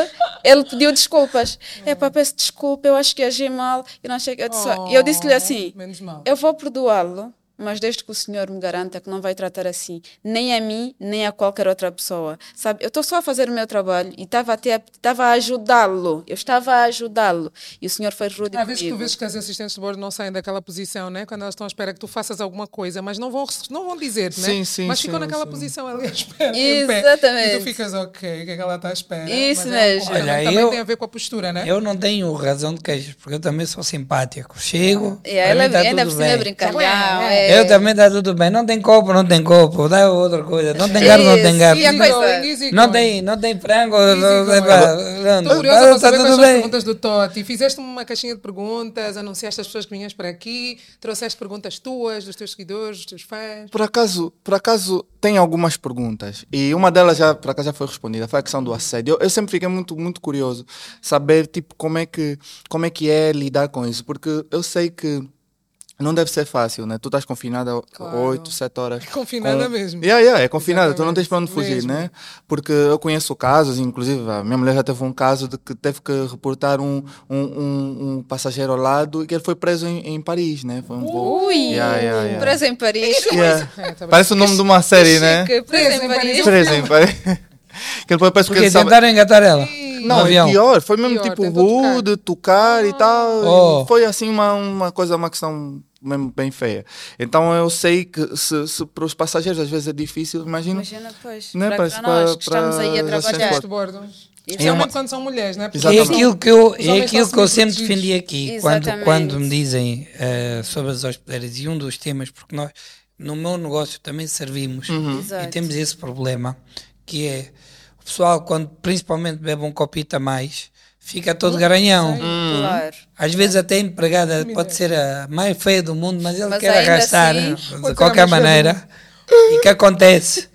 S3: ele pediu desculpas.
S2: Ah.
S3: É pá, peço desculpa, eu acho que agi mal. E não achei, eu disse,
S1: Oh,
S3: e eu disse-lhe assim:
S1: menos mal.
S3: eu vou perdoá-lo, mas desde que o senhor me garanta que não vai tratar assim, nem a mim, nem a qualquer outra pessoa. Sabe, eu estou só a fazer o meu trabalho e estava até a- estava a ajudá-lo. Eu estava a ajudá-lo. E o senhor foi rude
S2: Ah,
S1: Às vezes tu
S3: comigo.
S1: vês que as assistentes de bordo não saem daquela posição, né? Quando elas estão à espera que tu faças alguma coisa, mas não vão, não vão dizer, né?
S4: Sim, sim,
S1: mas ficam
S4: sim,
S1: naquela
S4: sim.
S1: posição ali à espera. Em pé, e
S3: Exatamente.
S1: tu ficas, ok, o que é que ela está à espera?
S3: Isso
S1: Mas é um
S3: mesmo.
S1: comportamento
S2: Olha,
S1: também
S2: eu-
S1: tem a ver com a postura, né?
S2: eu não tenho razão de queixas, porque eu também sou simpático. Chego,
S3: E aí
S2: para mim
S3: ele
S2: tá
S3: ainda por
S2: tudo
S3: cima é
S2: bem.
S3: brincalhão.
S1: É.
S3: é.
S2: Eu também está tudo bem. Não tem copo, não tem copo. Dá outra coisa. Não tem gato, não tem
S3: Isso,
S2: gato.
S3: e a coisa-
S1: eh,
S2: Não tem, não tem frango. não tem-
S1: Estou
S2: pronto.
S1: curiosa para
S2: Tá
S1: saber quais
S2: tudo
S1: são as
S2: bem.
S1: perguntas do Totti. Fizeste uma caixinha de perguntas, anunciaste as pessoas que vinhas para aqui, trouxeste perguntas tuas, dos teus seguidores, dos teus fãs.
S4: Por acaso, por acaso, tem algumas perguntas. E uma delas já, por acaso, já foi respondida. Foi a questão do assédio. Eu, eu sempre fiquei muito, muito curioso saber, tipo, como é que, como é que é lidar com isso. Porque eu sei que não deve ser fácil, né? Tu estás confinada
S1: Claro. É
S4: 8, 7 horas.
S1: Confinada mesmo.
S4: Yeah, yeah, é confinada, tu não tens para onde
S1: Exatamente,
S4: fugir,
S1: mesmo.
S4: né? Porque eu conheço casos, inclusive a minha mulher já teve um caso de que teve que reportar um, um, um, um passageiro ao lado e que ele foi preso em, em Paris, né? Foi um voo.
S3: Ui, Um
S4: Yeah, yeah,
S2: É.
S4: yeah.
S3: preso em Paris.
S4: Yeah.
S1: É, tá bem.
S4: Parece o nome de uma série, né?
S3: Chique, preso em Paris.
S4: Preso em Paris. Que ele foi preso porque
S2: Porque
S4: ele sabe-
S2: tentaram engatar ela.
S4: Não,
S2: no
S4: é
S2: avião.
S4: pior, foi mesmo
S1: Pior,
S4: tipo
S1: tentou tocar.
S4: rude, tocar e tal. e
S2: Oh.
S4: foi assim uma, uma coisa, uma questão mesmo bem feia. Então eu sei que se, se para os passageiros às vezes é difícil, imagino.
S3: Imagina, pois,
S4: Não é
S3: para, para
S4: para-
S3: nós que
S4: para-
S3: estamos aí a
S4: para as
S3: trabalhar.
S1: Assistentes de bordo. Principalmente
S4: uma-
S1: quando são mulheres, né? Porque
S2: É
S4: Exatamente.
S2: aquilo que eu,
S1: Os homens
S2: é aquilo
S1: são
S2: que eu sempre
S1: subprotegidos.
S2: defendi aqui, quando,
S3: Exatamente.
S2: quando me dizem eh, sobre as hospedeiras, e um dos temas, porque nós, no meu negócio, também servimos e
S4: Uhum.
S3: Exato.
S2: temos esse problema, que é o pessoal, quando principalmente bebe um copito a mais, fica todo garanhão.
S3: Claro.
S2: Às vezes até a empregada
S4: é.
S2: pode ser a mais feia do mundo, mas ele
S3: Mas
S2: quer
S3: ainda
S2: arrastar
S3: assim,
S1: pode ser
S2: de
S1: a
S2: qualquer
S1: mais feia do
S2: maneira.
S4: é
S2: E o que acontece?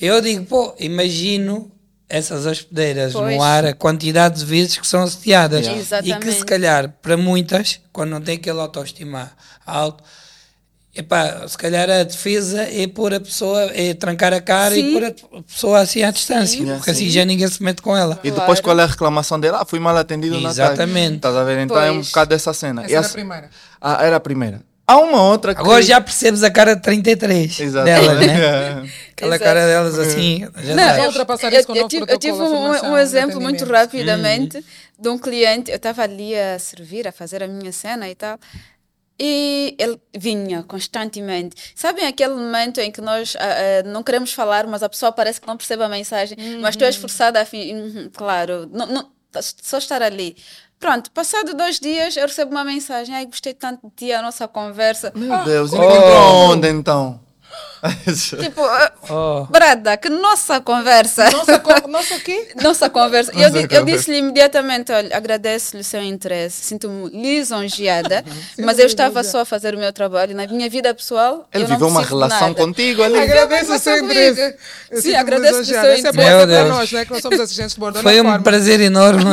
S2: Eu digo, pô, imagino essas hospedeiras
S3: Pois.
S2: no ar, a quantidade de vezes que são assediadas.
S3: Yeah.
S2: E que se
S3: Exatamente.
S2: calhar, para muitas, quando não tem aquele autoestima alto, epá, se calhar a defesa é pôr a pessoa, é trancar a cara e
S3: Sim.
S2: pôr a pessoa assim à distância,
S4: Yeah,
S2: porque assim
S4: sim.
S2: já ninguém se mete com ela.
S4: E depois
S3: Claro.
S4: qual é a reclamação dele? Ah, fui mal atendido na tarde.
S2: Exatamente.
S4: Estás a ver? Então é um
S3: Pois.
S4: bocado dessa cena.
S1: Essa
S4: E
S1: era a
S4: essa-
S1: primeira.
S4: Ah, era a primeira. Há uma outra que.
S2: Agora já percebes a cara de 33
S4: Exato.
S2: dela,
S4: (laughs)
S2: né?
S4: É.
S2: Aquela
S3: Exato.
S2: cara delas assim. Já
S1: Hum. Não, é
S2: sabes.
S1: eu- ultrapassar isso com o novo
S3: tive, eu
S1: protocolo
S3: tive
S1: da
S3: um,
S1: formação
S3: um
S1: de
S3: exemplo muito
S1: atendimento.
S3: rapidamente de um cliente. Eu estava ali a servir, a fazer a minha cena e tal. E ele vinha constantemente. Sabem aquele momento em que nós ah, ah, não queremos falar, mas a pessoa parece que não percebe a mensagem, mas tu és forçada a. Fi... Uhum, claro, não, não- só estar ali. Pronto, passado dois dias eu recebo uma mensagem. Ai, gostei tanto de ti, a nossa conversa.
S4: Meu Deus, encontrou onde então?
S3: Tipo, ah,
S2: Oh.
S3: Brada, que nossa conversa!
S1: Nossa, co- nossa, o (laughs) quê?
S3: (laughs) Nossa conversa. Eu, di-
S4: conversa.
S3: eu disse-lhe imediatamente: olha, agradeço-lhe o seu interesse, sinto-me lisonjeada, mas eu estava só a fazer o meu trabalho. Na minha vida pessoal,
S4: Ele
S3: eu não
S4: viveu É uma
S3: preciso de
S4: relação
S3: nada.
S4: contigo é ali.
S3: Agra-
S1: Agradeço o
S3: mas
S1: seu
S3: comigo.
S1: interesse. Eu
S3: Sim,
S1: sinto-me
S3: agradeço o seu
S1: lisonjeada. Isso é bom
S2: interesse.
S1: até para
S2: Meu
S1: nós, né? Que não somos assistentes de bordo.
S2: Foi
S1: não é
S2: um
S1: forma.
S2: prazer enorme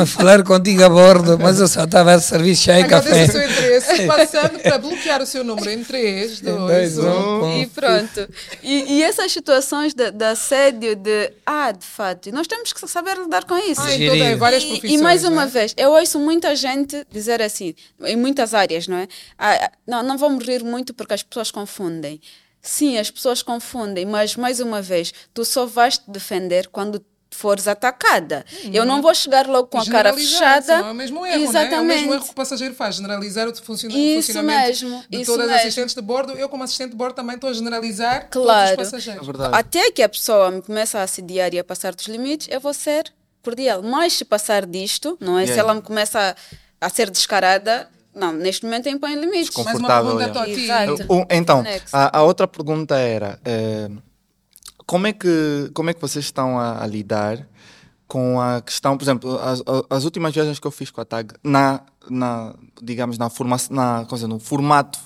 S1: (laughs)
S2: a falar contigo a bordo, mas eu só estava a servir chá e
S3: um
S2: café.
S1: Agradeço o seu interesse. Passando para bloquear o seu número em 3, 2,
S2: dois,
S1: 1.
S2: um.
S3: E pronto. E, e essas situações de, de assédio, de ah, de fato, e nós temos que saber lidar com isso.
S1: Ah, então tem várias
S3: E-
S1: profissões.
S3: E, mais uma
S1: né?
S3: vez, eu ouço muita gente dizer assim, em muitas áreas, não é? Ah, ah, não, não vou morrer muito porque as pessoas confundem. Sim, as pessoas confundem, mas mais uma vez, tu só vais te defender quando fores atacada. Eu não vou chegar logo com a cara
S1: Uhum. Generalizar,
S3: fechada.
S1: senão É o mesmo erro, né? É o
S3: Exatamente.
S1: mesmo erro que o passageiro faz, generalizar o funciona-
S3: Isso
S1: funcionamento
S3: mesmo,
S1: de
S3: isso
S1: todas as
S3: mesmo.
S1: assistentes de bordo. Eu, como assistente de bordo, também estou a generalizar todos
S3: Claro.
S1: os passageiros.
S4: É verdade.
S3: Até que a pessoa me começa a assediar e a passar dos limites, eu vou ser cordial. Mas se passar disto, não é? Se
S4: Yeah.
S3: ela me começa a, a ser descarada, não, neste momento eu imponho limites.
S4: Desconfortável.
S1: Mais uma pergunta
S4: Confortável,
S1: para
S4: é.
S1: ti.
S3: Exato.
S4: O- então,
S3: Next.
S4: a, a outra pergunta era eh, como é que como é que vocês estão a, a lidar com a questão, por exemplo, as, a- as últimas viagens que eu fiz com a Tag na, na digamos na formação, na coisa no formato.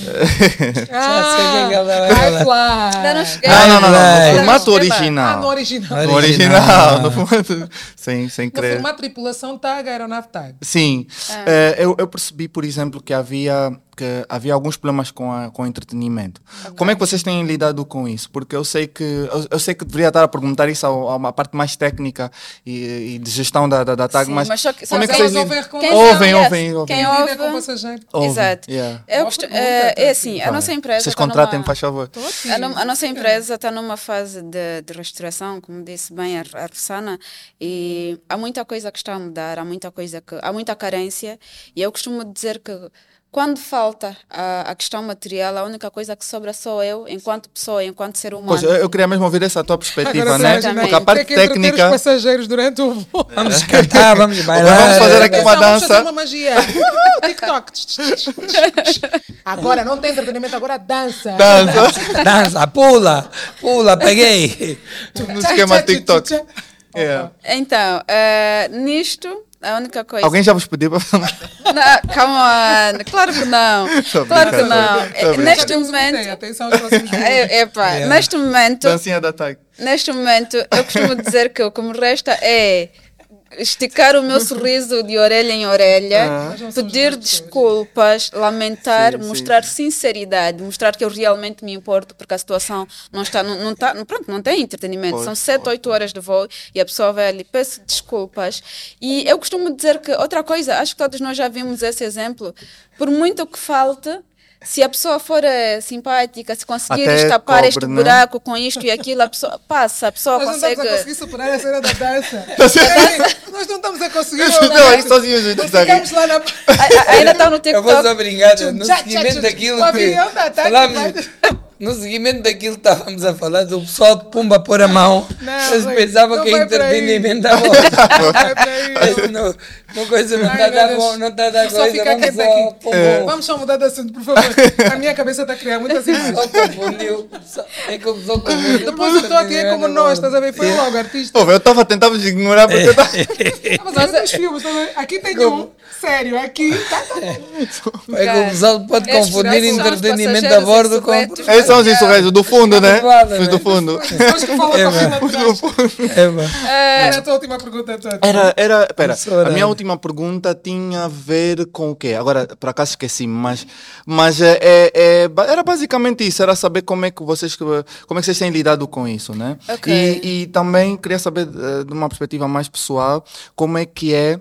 S2: Já sei quem que ela vai
S1: vai
S2: falar.
S1: falar.
S3: Ainda não cheguei.
S4: não, não, não,
S2: vai.
S4: no formato
S1: Ah,
S3: Eba.
S4: É, original.
S1: no original.
S4: No original, no formato sem sem
S1: No
S4: querer.
S1: formato tripulação tag, aeronave tá. tag.
S4: Sim,
S3: Ah.
S4: Eh, eu, eu percebi, por exemplo, que havia, que havia alguns problemas com, a, com o entretenimento. Como é que vocês têm lidado com isso? Porque eu sei que, eu, eu sei que deveria estar a perguntar isso ao- a, uma parte mais técnica e, e de gestão da, da, da TAG,
S3: Sim,
S4: mas,
S3: mas só que-
S4: como
S3: só
S4: é que
S3: que
S4: vocês
S1: elas
S4: lidam?
S1: ouvem com-
S3: Quem
S4: Ouvem,
S3: ouve,
S4: ouvem,
S3: yes.
S4: ouvem.
S3: Quem
S1: Lida com o
S3: ouve-
S1: passageiro.
S4: Ouvem,
S3: Exato.
S4: yeah.
S3: Eu
S1: Boa
S3: gosto-
S1: pergunta,
S3: é,
S1: Tati.
S3: é assim, a nossa empresa.
S4: Vocês
S3: tá numa-
S4: contratem, faz favor.
S3: A, no- a nossa empresa está numa fase de, de restauração, como disse bem a, a Rossana, e há muita coisa que está a mudar, há muita coisa que há muita carência, e eu costumo dizer que quando falta a, a questão material, a única coisa que sobra sou eu, enquanto pessoa, enquanto ser humano.
S4: Pois, é. eu, eu queria mesmo ouvir essa tua perspectiva,
S1: só
S4: né?
S1: imagina,
S3: Exatamente.
S4: Porque a
S3: é
S1: ter
S4: parte
S1: que entreter
S4: técnica.
S1: Os passageiros durante o
S4: (laughs)
S1: voo.
S2: Vamos cantar, vamos bailar.
S4: Vamos fazer aqui uma
S1: Atenção, vamos fazer
S4: dança.
S1: uma
S4: (laughs)
S1: magia. Uhul, TikTok. Agora não tem entretenimento, agora dança.
S4: Dança
S2: Dança, pula, pula, peguei.
S4: no esquema TikTok. É. Yeah.
S3: Então, eh, nisto, a única coisa.
S4: Alguém já vos pediu para
S3: (laughs) Não, come on, claro que não.
S4: Tô
S3: Claro que
S4: brincando,
S3: não.
S4: tô
S3: Eh,
S4: brincando.
S1: Já
S3: Neste
S1: temos uma ideia,
S3: momento.
S1: atenção aos (laughs) próximos vídeos.
S3: É, epá,
S2: Yeah.
S3: neste momento,
S4: dancinha da TAG?
S3: neste momento, eu costumo dizer que o que me resta é esticar
S4: (laughs)
S3: o meu sorriso de orelha em orelha, pedir desculpas, lamentar,
S4: Ah. Sim, sim,
S3: mostrar sinceridade, mostrar que eu realmente me importo porque a situação não está, não, não está, não- pronto, não tem entretenimento,
S4: Pois,
S3: são 7, 8 horas de voo e a pessoa vai ali, peço desculpas. E eu costumo dizer que outra coisa, acho que todos nós já vimos esse exemplo, por muito que falte, se a pessoa for eh, simpática, se conseguir
S4: Até
S3: tapar
S4: cobre,
S3: este
S4: né?
S3: buraco com isto e aquilo, a pessoa passa, a pessoa
S1: Nós não
S3: consegue.
S1: estamos a conseguir superar a cena da
S4: (laughs)
S1: dança. Nós não estamos a conseguir.
S4: Tá Não, é sozinho, gente.
S1: Ficamos lá na.
S3: A-
S4: (laughs)
S3: a-
S1: tá
S3: ainda está no
S2: Eu vou só
S3: TikTok.
S2: brincar no
S1: Tchá, tchá,
S2: seguimento
S1: tchá,
S2: daquilo
S1: o
S2: que
S1: avião tá da tarde
S2: falámos. No seguimento daquilo que estávamos a falar, do pessoal de Pumba pôr a mão,
S1: Não,
S2: eles
S1: vai-
S2: pensavam
S1: não
S2: que
S1: vai
S2: ia
S1: por aí. (laughs)
S2: entretenimento da volta.
S1: Vai para aí.
S2: Não- Uma coisa não
S1: Ai,
S2: está a dar
S1: meu
S2: bom,
S1: Deus.
S2: não está a dar
S1: Só
S2: coisa,
S1: fica
S2: vamos
S1: quieto
S2: só
S1: aqui. É.
S2: pôr
S1: Vamos só mudar de assunto, por favor. A minha cabeça está a criar (laughs) muitas imagens.
S2: Só confundiu. Só- É que o pessoal confundiu.
S1: Depois o Totti é como nós, estás a ver? Foi logo, artista.
S4: eu estava tentando ignorar porque eu tava...
S1: Ah, Mas aqui tem os filmes, estás a ver? Aqui tem um. Sério, aqui. Tá, tá. (laughs)
S2: É que o pessoal pode
S3: Estes
S2: confundir
S3: buracos são os
S2: entretenimento a
S3: passageiros
S2: bordo com.
S3: insurretos.
S4: Esses são os insurretos do fundo, né?
S2: Obrigado,
S4: Os do
S2: velho.
S4: fundo.
S3: (laughs)
S1: Depois que fala com a fila atrás.
S2: É, vá.
S1: Era a tua última pergunta, Totti.
S4: Era, era, pera,
S2: Professora.
S4: a minha última pergunta tinha a ver com o quê? Agora, por acaso esqueci-me, mas, mas é, é- é ba- era basicamente isso, era saber como é que vocês, como é que vocês têm lidado com isso, né?
S3: Ok.
S4: E, e também queria saber eh, de uma perspectiva mais pessoal, como é que é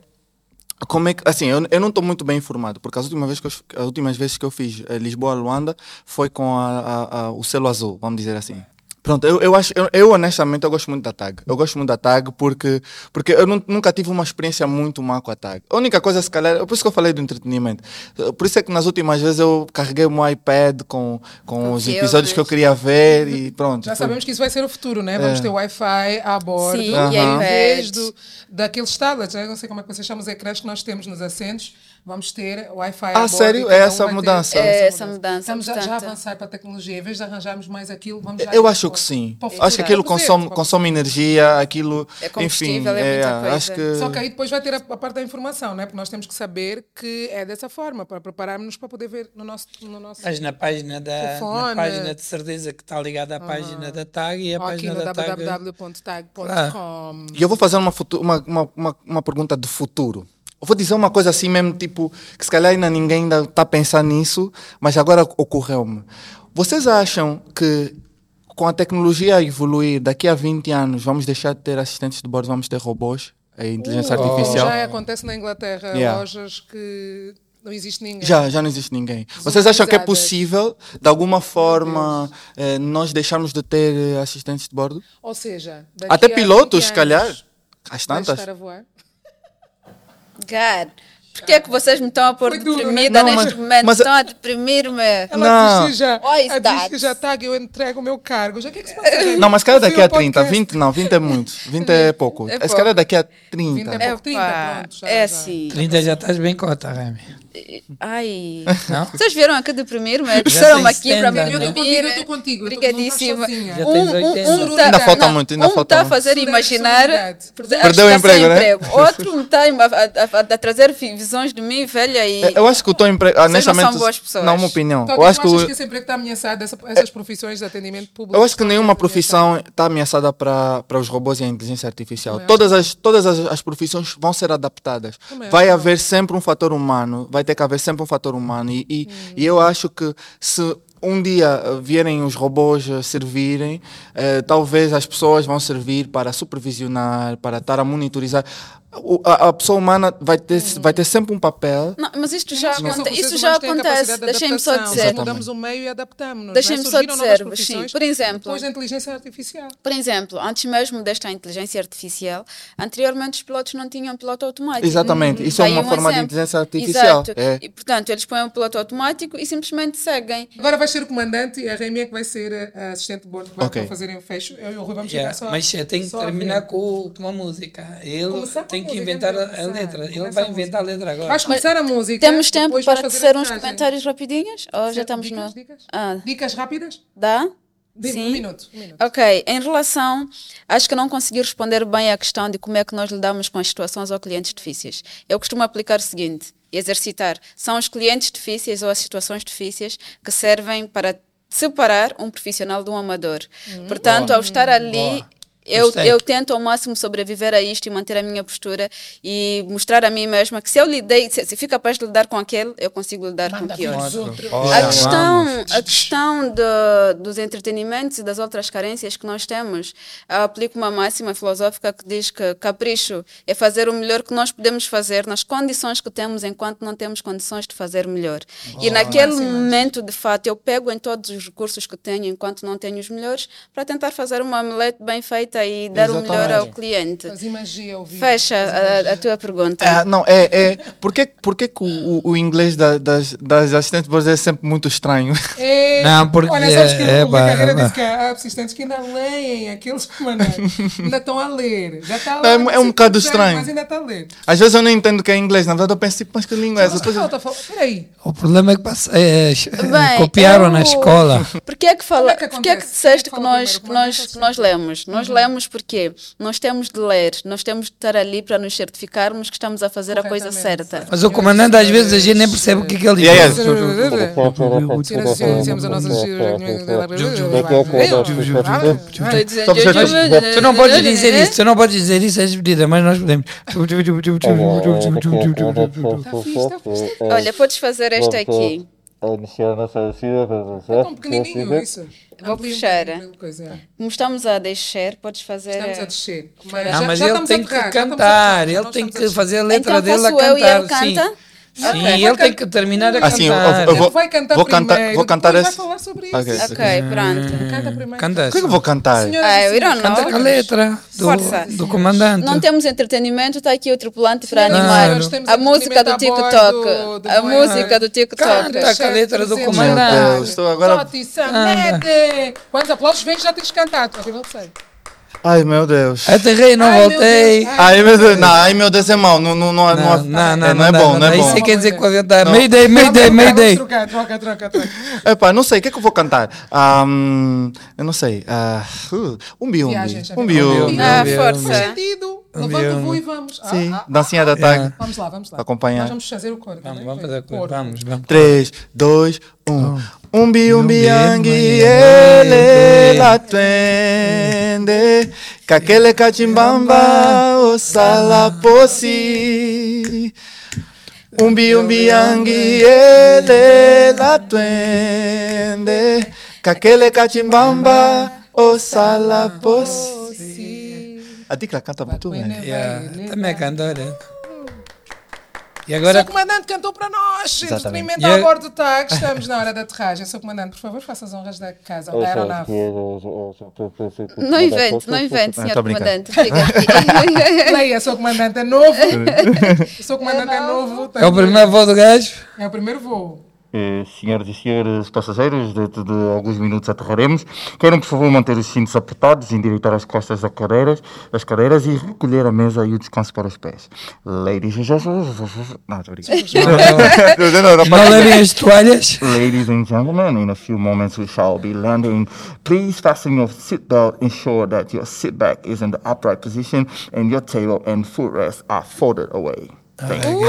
S4: Como é que, assim, eu, eu não estou muito bem informado, porque as últimas, vez que eu, as últimas vezes que eu fiz eh, Lisboa-Luanda foi com a- a- a- o selo azul, vamos dizer assim. Pronto, eu, eu acho, eu, eu, honestamente eu gosto muito da tag. Eu gosto muito da tag porque, porque eu nun- nunca tive uma experiência muito má com a tag. A única coisa, se calhar, por isso que eu falei do entretenimento. Eh, Por isso é que nas últimas vezes eu carreguei o meu iPad com, com os
S3: filmes.
S4: episódios que eu queria ver e pronto.
S1: Já
S4: foi-
S1: sabemos que isso vai ser o futuro, né? Vamos ter Wi-Fi a bordo.
S3: Sim,
S1: em
S3: e
S4: É. Aham.
S1: vez
S3: iPads.
S1: do, daqueles tablets, né? não sei como é que vocês chamam os ecrãs que nós temos nos assentos. Vamos ter Wi-Fi a
S4: Ah,
S1: bordo.
S4: sério?
S1: e cada
S4: É
S1: um
S4: essa a
S1: vai ter
S4: mudança? É
S3: essa mudança,
S1: Estamos já, já a
S3: portanto.
S1: avançar para a tecnologia. Em vez de arranjarmos mais aquilo, vamos já
S4: Eu
S1: para-
S4: acho que sim.
S1: para o futuro.
S4: Acho que aquilo
S1: Para o presente,
S4: consome,
S1: para o
S4: consome energia, aquilo.
S3: É combustível,
S4: enfim,
S3: é muita coisa.
S4: Acho que,
S1: Só que aí depois vai ter a, a parte da informação, né? Porque nós temos que saber que é dessa forma, para prepararmos-nos para poder ver no nosso. No nosso...
S4: É,
S2: Mas na página da na
S1: Telefone.
S2: página de certeza que está ligada à página da TAG e a
S1: Ou aqui
S2: página
S1: no
S2: da TAG.
S4: Ah.
S1: www.tag.com.
S4: E eu vou fazer uma, futu- uma, uma, uma, uma pergunta de futuro. Eu vou dizer uma coisa assim mesmo, tipo, que se calhar ainda ninguém ainda está a pensar nisso, mas agora ocorreu-me. Vocês acham que com a tecnologia a evoluir, daqui a 20 anos, vamos deixar de ter assistentes de bordo, vamos ter robôs, a inteligência artificial?
S1: Uh, Já é acontece na Inglaterra
S4: Yeah.
S1: lojas que não existe ninguém.
S4: Já, já não existe ninguém. Vocês acham que é
S1: Zumbizadas.
S4: possível, de alguma forma, eh, nós deixarmos de ter eh, assistentes de bordo?
S1: Ou seja, daqui
S4: Até
S1: a
S4: pilotos,
S1: 20
S4: se calhar.
S1: anos,
S4: Às
S1: vai
S4: tantas.
S1: estar a voar.
S3: God, porquê é que vocês me estão a pôr
S1: Foi duro, né? É
S3: deprimida
S4: Não, mas-
S3: neste momento?
S4: mas-
S3: Estão a deprimir-me.
S1: Ela
S4: Não.
S1: desistiu já.
S3: Why is
S1: Ela diz que
S3: that?
S1: já está, eu entrego o meu cargo. Já o que é que se
S4: (laughs)
S1: passa? gente?
S4: Não, mas se calhar daqui
S1: Ouvi
S4: a
S1: o podcast.
S4: 30, 20 não, 20 é muito, 20 é pouco.
S3: É
S4: Se
S3: pouco.
S4: calhar daqui a
S1: 20 é
S4: 30.
S1: pouco, 30,
S3: Epá,
S1: pronto. já-
S3: é
S1: já.
S3: assim.
S2: 30 já estás bem cota, Remy.
S3: Ai.
S2: Não?
S3: Vocês vieram aqui deprimir-me?
S2: tem
S3: Trouxeram-me aqui para
S2: stand-up,
S3: me
S2: né?
S1: Eu tô contigo, eu tô
S3: deprimir.
S1: contigo, eu tô- não
S3: Obrigadíssima.
S1: estás sozinha.
S2: Já tens 80.
S3: tá-
S4: Ainda falta
S3: não,
S4: muito, ainda
S3: um
S4: falta
S3: está a
S4: muito.
S1: é
S3: fazer imaginar.
S1: Solidariedade.
S3: Perdeu
S4: Perdeu o emprego, né?
S3: Outro me está a, a- a- a trazer vi- visões de mim, velha. E...
S4: É, Eu acho que o teu emprego, honestamente,
S3: são boas pessoas.
S4: não é uma opinião.
S1: Então,
S4: eu acho que,
S1: achas
S4: o-
S1: que esse emprego está ameaçado, essa, essas profissões de atendimento público?
S4: eu acho que nenhuma
S1: estão ameaçadas?
S4: profissão está ameaçada para para os robôs e a inteligência artificial. Todas as todas as, as profissões vão ser adaptadas.
S1: Também acho
S4: Vai
S1: que não.
S4: haver sempre um fator humano, vai ter que haver sempre um fator humano e e,
S1: Hum.
S4: e eu acho que se um dia eh, vierem os robôs eh, servirem, eh, talvez as pessoas vão servir para supervisionar, para estar a monitorizar. O- a, a pessoa humana vai ter,
S1: Uhum.
S4: vai ter sempre um papel
S3: Não, mas isto já,
S1: Acho que são
S3: aconte-
S1: vocês
S3: isso
S1: humanos
S3: já
S1: que têm a capacidade
S3: acontece.
S1: de
S3: Deixem-me só
S1: adaptação.
S3: dizer.
S1: Nós mudamos o meio e adaptamos-nos.
S3: Deixem-me
S1: né?
S3: só
S1: Surgiram novas
S3: dizer,
S1: profissões
S3: sim, por exemplo.
S1: Depois da inteligência artificial.
S3: Por exemplo, antes mesmo desta inteligência artificial, anteriormente os pilotos não tinham piloto automático.
S4: Exatamente, isso é
S3: Daí um
S4: uma forma de
S3: exemplo.
S4: inteligência artificial,
S3: Exato.
S4: é.
S3: E, portanto, eles põem o piloto automático e simplesmente seguem.
S1: Agora vai ser o comandante e a Remy é que vai ser a- a assistente de bordo que vai
S4: Ok.
S1: para fazerem o fecho. Eu e o Rui vamos chegar
S2: Yeah,
S1: só.
S2: mas eu tenho que
S1: só a ver.
S2: terminar com uma música. Ele
S1: Começar com
S2: tem que
S1: música,
S2: inventar
S1: vamos
S2: a, a
S1: começar.
S2: letra. Ele
S1: Começa
S2: vai
S1: a
S2: inventar a letra agora.
S1: Vais começar a música.
S3: Temos tempo
S1: depois vais
S3: para
S1: fazer a
S3: tecer uns
S1: mensagem.
S3: comentários rapidinhos? Ou já estamos
S1: dicas,
S3: no.
S1: dicas?
S3: Ah,
S1: Dicas rápidas?
S3: dá?
S1: Dê- Um
S3: Sim.
S1: minuto. Um minuto.
S3: Ok, em relação, acho que não consegui responder bem à questão de como é que nós lidamos com as situações ou clientes difíceis. Eu costumo aplicar o seguinte, exercitar. São os clientes difíceis ou as situações difíceis que servem para separar um profissional de um amador. Portanto, ao estar ali,
S2: Hum, Boa.
S3: eu,
S2: Gostei.
S3: eu tento ao máximo sobreviver a isto e manter a minha postura e mostrar a mim mesma que se eu lidei, se, se fui capaz de lidar com aquele, eu consigo lidar com o é pior. A
S2: Olha,
S3: questão,
S2: vamos.
S3: a questão de- dos entretenimentos e das outras carências que nós temos, eu aplico uma máxima filosófica que diz que capricho é fazer o melhor que nós podemos fazer nas condições que temos enquanto não temos condições de fazer melhor. e naquele momento, de fato, eu pego em todos os recursos que tenho enquanto não tenho os melhores para tentar fazer uma omelete bem feita e dar o melhor ao
S4: Exatamente.
S3: cliente.
S1: Fazia magia ao vivo.
S3: Fecha a, a tua pergunta.
S4: É, não, é. é porque porque que o, o- o inglês da- das, das assistentes de voz é sempre muito estranho? (laughs)
S1: É,
S2: Não, porque
S1: Olha, sabes que
S4: eh,
S2: é-
S1: o Rui
S2: é,
S1: Carreira
S2: pá, é,
S1: disse que há assistentes que ainda leem aqueles manuais. ainda estão a ler. Já está a
S4: Não, é
S1: ler,
S4: um-
S1: não
S4: é um
S1: sei
S4: bocado
S1: quantos anos,
S4: estranho.
S1: Mas ainda está a ler.
S4: Às vezes eu nem entendo o que é inglês, na verdade eu penso tipo, mas que língua é essa?
S1: Mas que
S4: Depois eu-
S1: falta? Fal- Peraí.
S2: O problema é que passa- é, é,
S3: Bem,
S2: copiaram
S3: eu-
S1: (laughs)
S2: na escola.
S3: Porquê é que,
S1: Como
S3: fala,
S1: é que
S3: porquê é que
S1: acontece?
S3: disseste
S1: Quem
S3: que,
S1: fala
S3: nós,
S1: primeiro?
S3: que
S1: Como é que
S3: nós,
S1: acontece?
S3: que nós lemos? Nós
S1: Uhum.
S3: lemos porque nós temos de ler, nós temos de estar ali para nos certificarmos que estamos a fazer a coisa
S1: Corretamente.
S3: certa.
S2: Mas o comandante às vezes a gente nem percebe o que é que ele diz.
S4: Yeah, yeah.
S1: Senhoras e senhores, dizemos assim, a nossa.
S3: Estou a dizer-
S4: Só para
S2: Mas tu não podes dizer isso, tu não podes dizer isso, és pedida, mas nós podemos.
S1: Está fixe, está fixe.
S3: Olha, podes fazer esta aqui.
S5: a mexer a nossa vestida.
S1: É tão pequenininho isso.
S3: Vou
S1: Amplia um
S3: puxar.
S1: bocadinho a coisa, é.
S3: Como estamos a descer, podes fazer. eh,
S1: Estamos a descer. Mas,
S2: Não, mas ele
S1: estamos a
S2: tem que
S1: tocar, já estamos a
S2: cantar,
S1: tocar,
S2: ele
S1: nós
S2: tem
S1: estamos a
S2: que
S1: descer.
S2: fazer a letra
S3: Então
S2: dele a
S3: faço eu e
S2: cantar.
S3: ele
S2: sim,
S3: canta?
S2: sim
S1: Ok.
S2: ele tem que terminar a
S4: Assim, eu-
S2: cantar.
S4: eu vou-
S1: Vai cantar
S4: Vou cantar-
S1: primeiro,
S4: vou cantar
S1: depois
S4: esse-
S1: vai falar sobre isso.
S4: Ok.
S3: Ok, pronto.
S1: Canta primeiro.
S2: Hum, Canta
S4: O que é que eu vou cantar?
S1: Senhora,
S3: Ah, eu não
S2: Canta com a letra
S3: Força.
S2: do, do comandante.
S3: Não temos entretenimento, está aqui o tripulante para
S1: senhoras e
S2: animar.
S1: senhores,
S2: Claro.
S1: temos
S3: A música do
S1: entretenimento a
S3: TikTok.
S1: bordo do
S3: A
S1: Moana.
S3: música do TikTok.
S2: Canta. com a letra do comandante.
S4: Meu Deus, estou agora-
S1: Soti, Samete. Quantos aplausos vem já tens cantado? Ok, não sei.
S4: Ai, meu Deus.
S2: Aterrei, não
S1: Ai, meu
S2: voltei.
S1: Deus.
S4: Ai, meu Deus. Não, ai, meu Deus, é mau. Não, não, não,
S2: Não,
S4: não,
S2: não,
S4: é,
S2: não,
S4: não é
S2: dá,
S4: bom, não
S2: dá.
S4: é
S2: Isso é
S4: bom.
S2: que quer dizer que o avião está.
S4: Não.
S2: Mayday, mayday,
S1: Vamos
S2: mayday.
S1: Trocar, troca, troca, troca.
S4: Epá, não sei, o que é que eu vou cantar? Ah, hum, eu não sei. Ah, uh, um biumbi.
S1: Viagens, já
S4: Um
S1: vi.
S4: biumbi.
S2: Umbi-umbi.
S3: Ah,
S2: Meu Deus.
S1: Faz
S3: força.
S1: sentido.
S2: Meu
S1: Levanta o
S2: Deus.
S1: voo e vamos. Ah,
S4: Sim,
S1: ah,
S4: dancinha da tarde.
S1: Vamos lá, vamos lá.
S4: Acompanhar.
S1: Nós vamos fazer o coro.
S2: Vamos,
S1: né?
S2: vamos fazer a coisa.
S1: Coro.
S2: Vamos, vamos.
S4: 3, 2, 1. Um biumbi angue,
S2: manhã,
S4: ele
S2: manhã.
S4: la tuende. Kakele cachimbamba, o salaposi. Um biumbi angue, ele la tuende. Kakele cachimbamba, o salaposi.
S1: Sim.
S4: A Dicla canta muito né? bem.
S2: Yeah,
S1: Vai,
S2: Também é cantora. E
S1: Seu
S2: agora
S1: comandante cantou para nós. Entretenimento
S2: E
S1: a
S2: eu-
S1: bordo do TAC. Estamos na hora da aterragem. Seu comandante, por favor, faça as honras da casa, da aeronave.
S3: Não invente, não invente, senhor
S4: tô brincando.
S3: comandante. Diga.
S1: Leia, seu comandante é
S4: (laughs)
S1: novo. seu comandante é novo.
S2: é o primeiro voo do gajo.
S1: É o primeiro voo.
S5: Eh, Senhoras e senhores passageiros, dentro de alguns minutos aterraremos. Queiram, por favor, manter os cintos apertados, endireitar as costas das cadeiras, das cadeiras e recolher a mesa e o descanso para os pés. Ladies and gentlemen. Não, estou brincando.
S2: Não levem
S3: é
S2: as toalhas.
S5: (laughs) Ladies and gentlemen, in a few moments we shall be landing. Please fasten your seatbelt. Ensure that your seatback is in the upright position and your table and footrest are folded away. Thank you.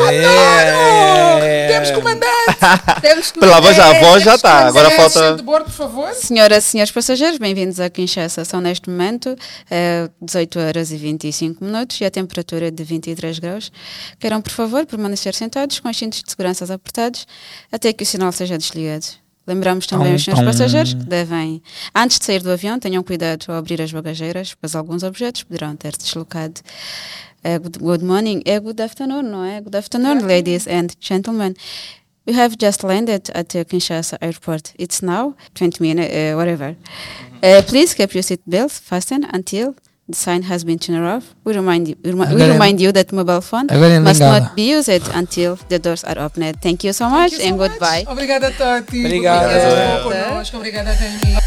S2: É.
S1: Temos comandante.
S4: (laughs)
S3: Temos que
S4: Pela voz, a
S3: manter,
S4: voz já
S3: temos que
S4: tá. Agora
S1: Comandante,
S4: falta-
S1: chefe de bordo, por favor.
S3: Senhoras e senhores passageiros, bem-vindos a Kinshasa. São neste momento eh, 18 horas e 25 minutos e a temperatura é de 23 graus. Queiram, por favor, permanecer sentados com os cintos de segurança apertados até que o sinal seja desligado. Lembramos também
S2: Tom,
S3: os senhores
S2: tom.
S3: passageiros que devem, antes de sair do avião, tenham cuidado ao abrir as bagageiras, pois alguns objetos poderão ter se deslocado. Eh, good, good morning, eh, good afternoon, não é? Good afternoon, ladies and gentlemen. We have just landed at the Kinshasa airport. It's now 20 minutes, uh, whatever. Uh, please keep your seat belts fastened until the sign has been turned off. We remind you, we, remi- we
S2: Agora-
S3: remind you that mobile phone
S2: Agora em
S3: must not
S2: Lingala.
S3: be used until the doors are opened. Thank you so
S1: Thank
S3: much
S1: you so
S3: and
S1: much.
S3: goodbye.
S1: Obrigada, Toti.
S2: Obrigado.
S1: Obrigada. por estar connosco. Obrigada, Rami.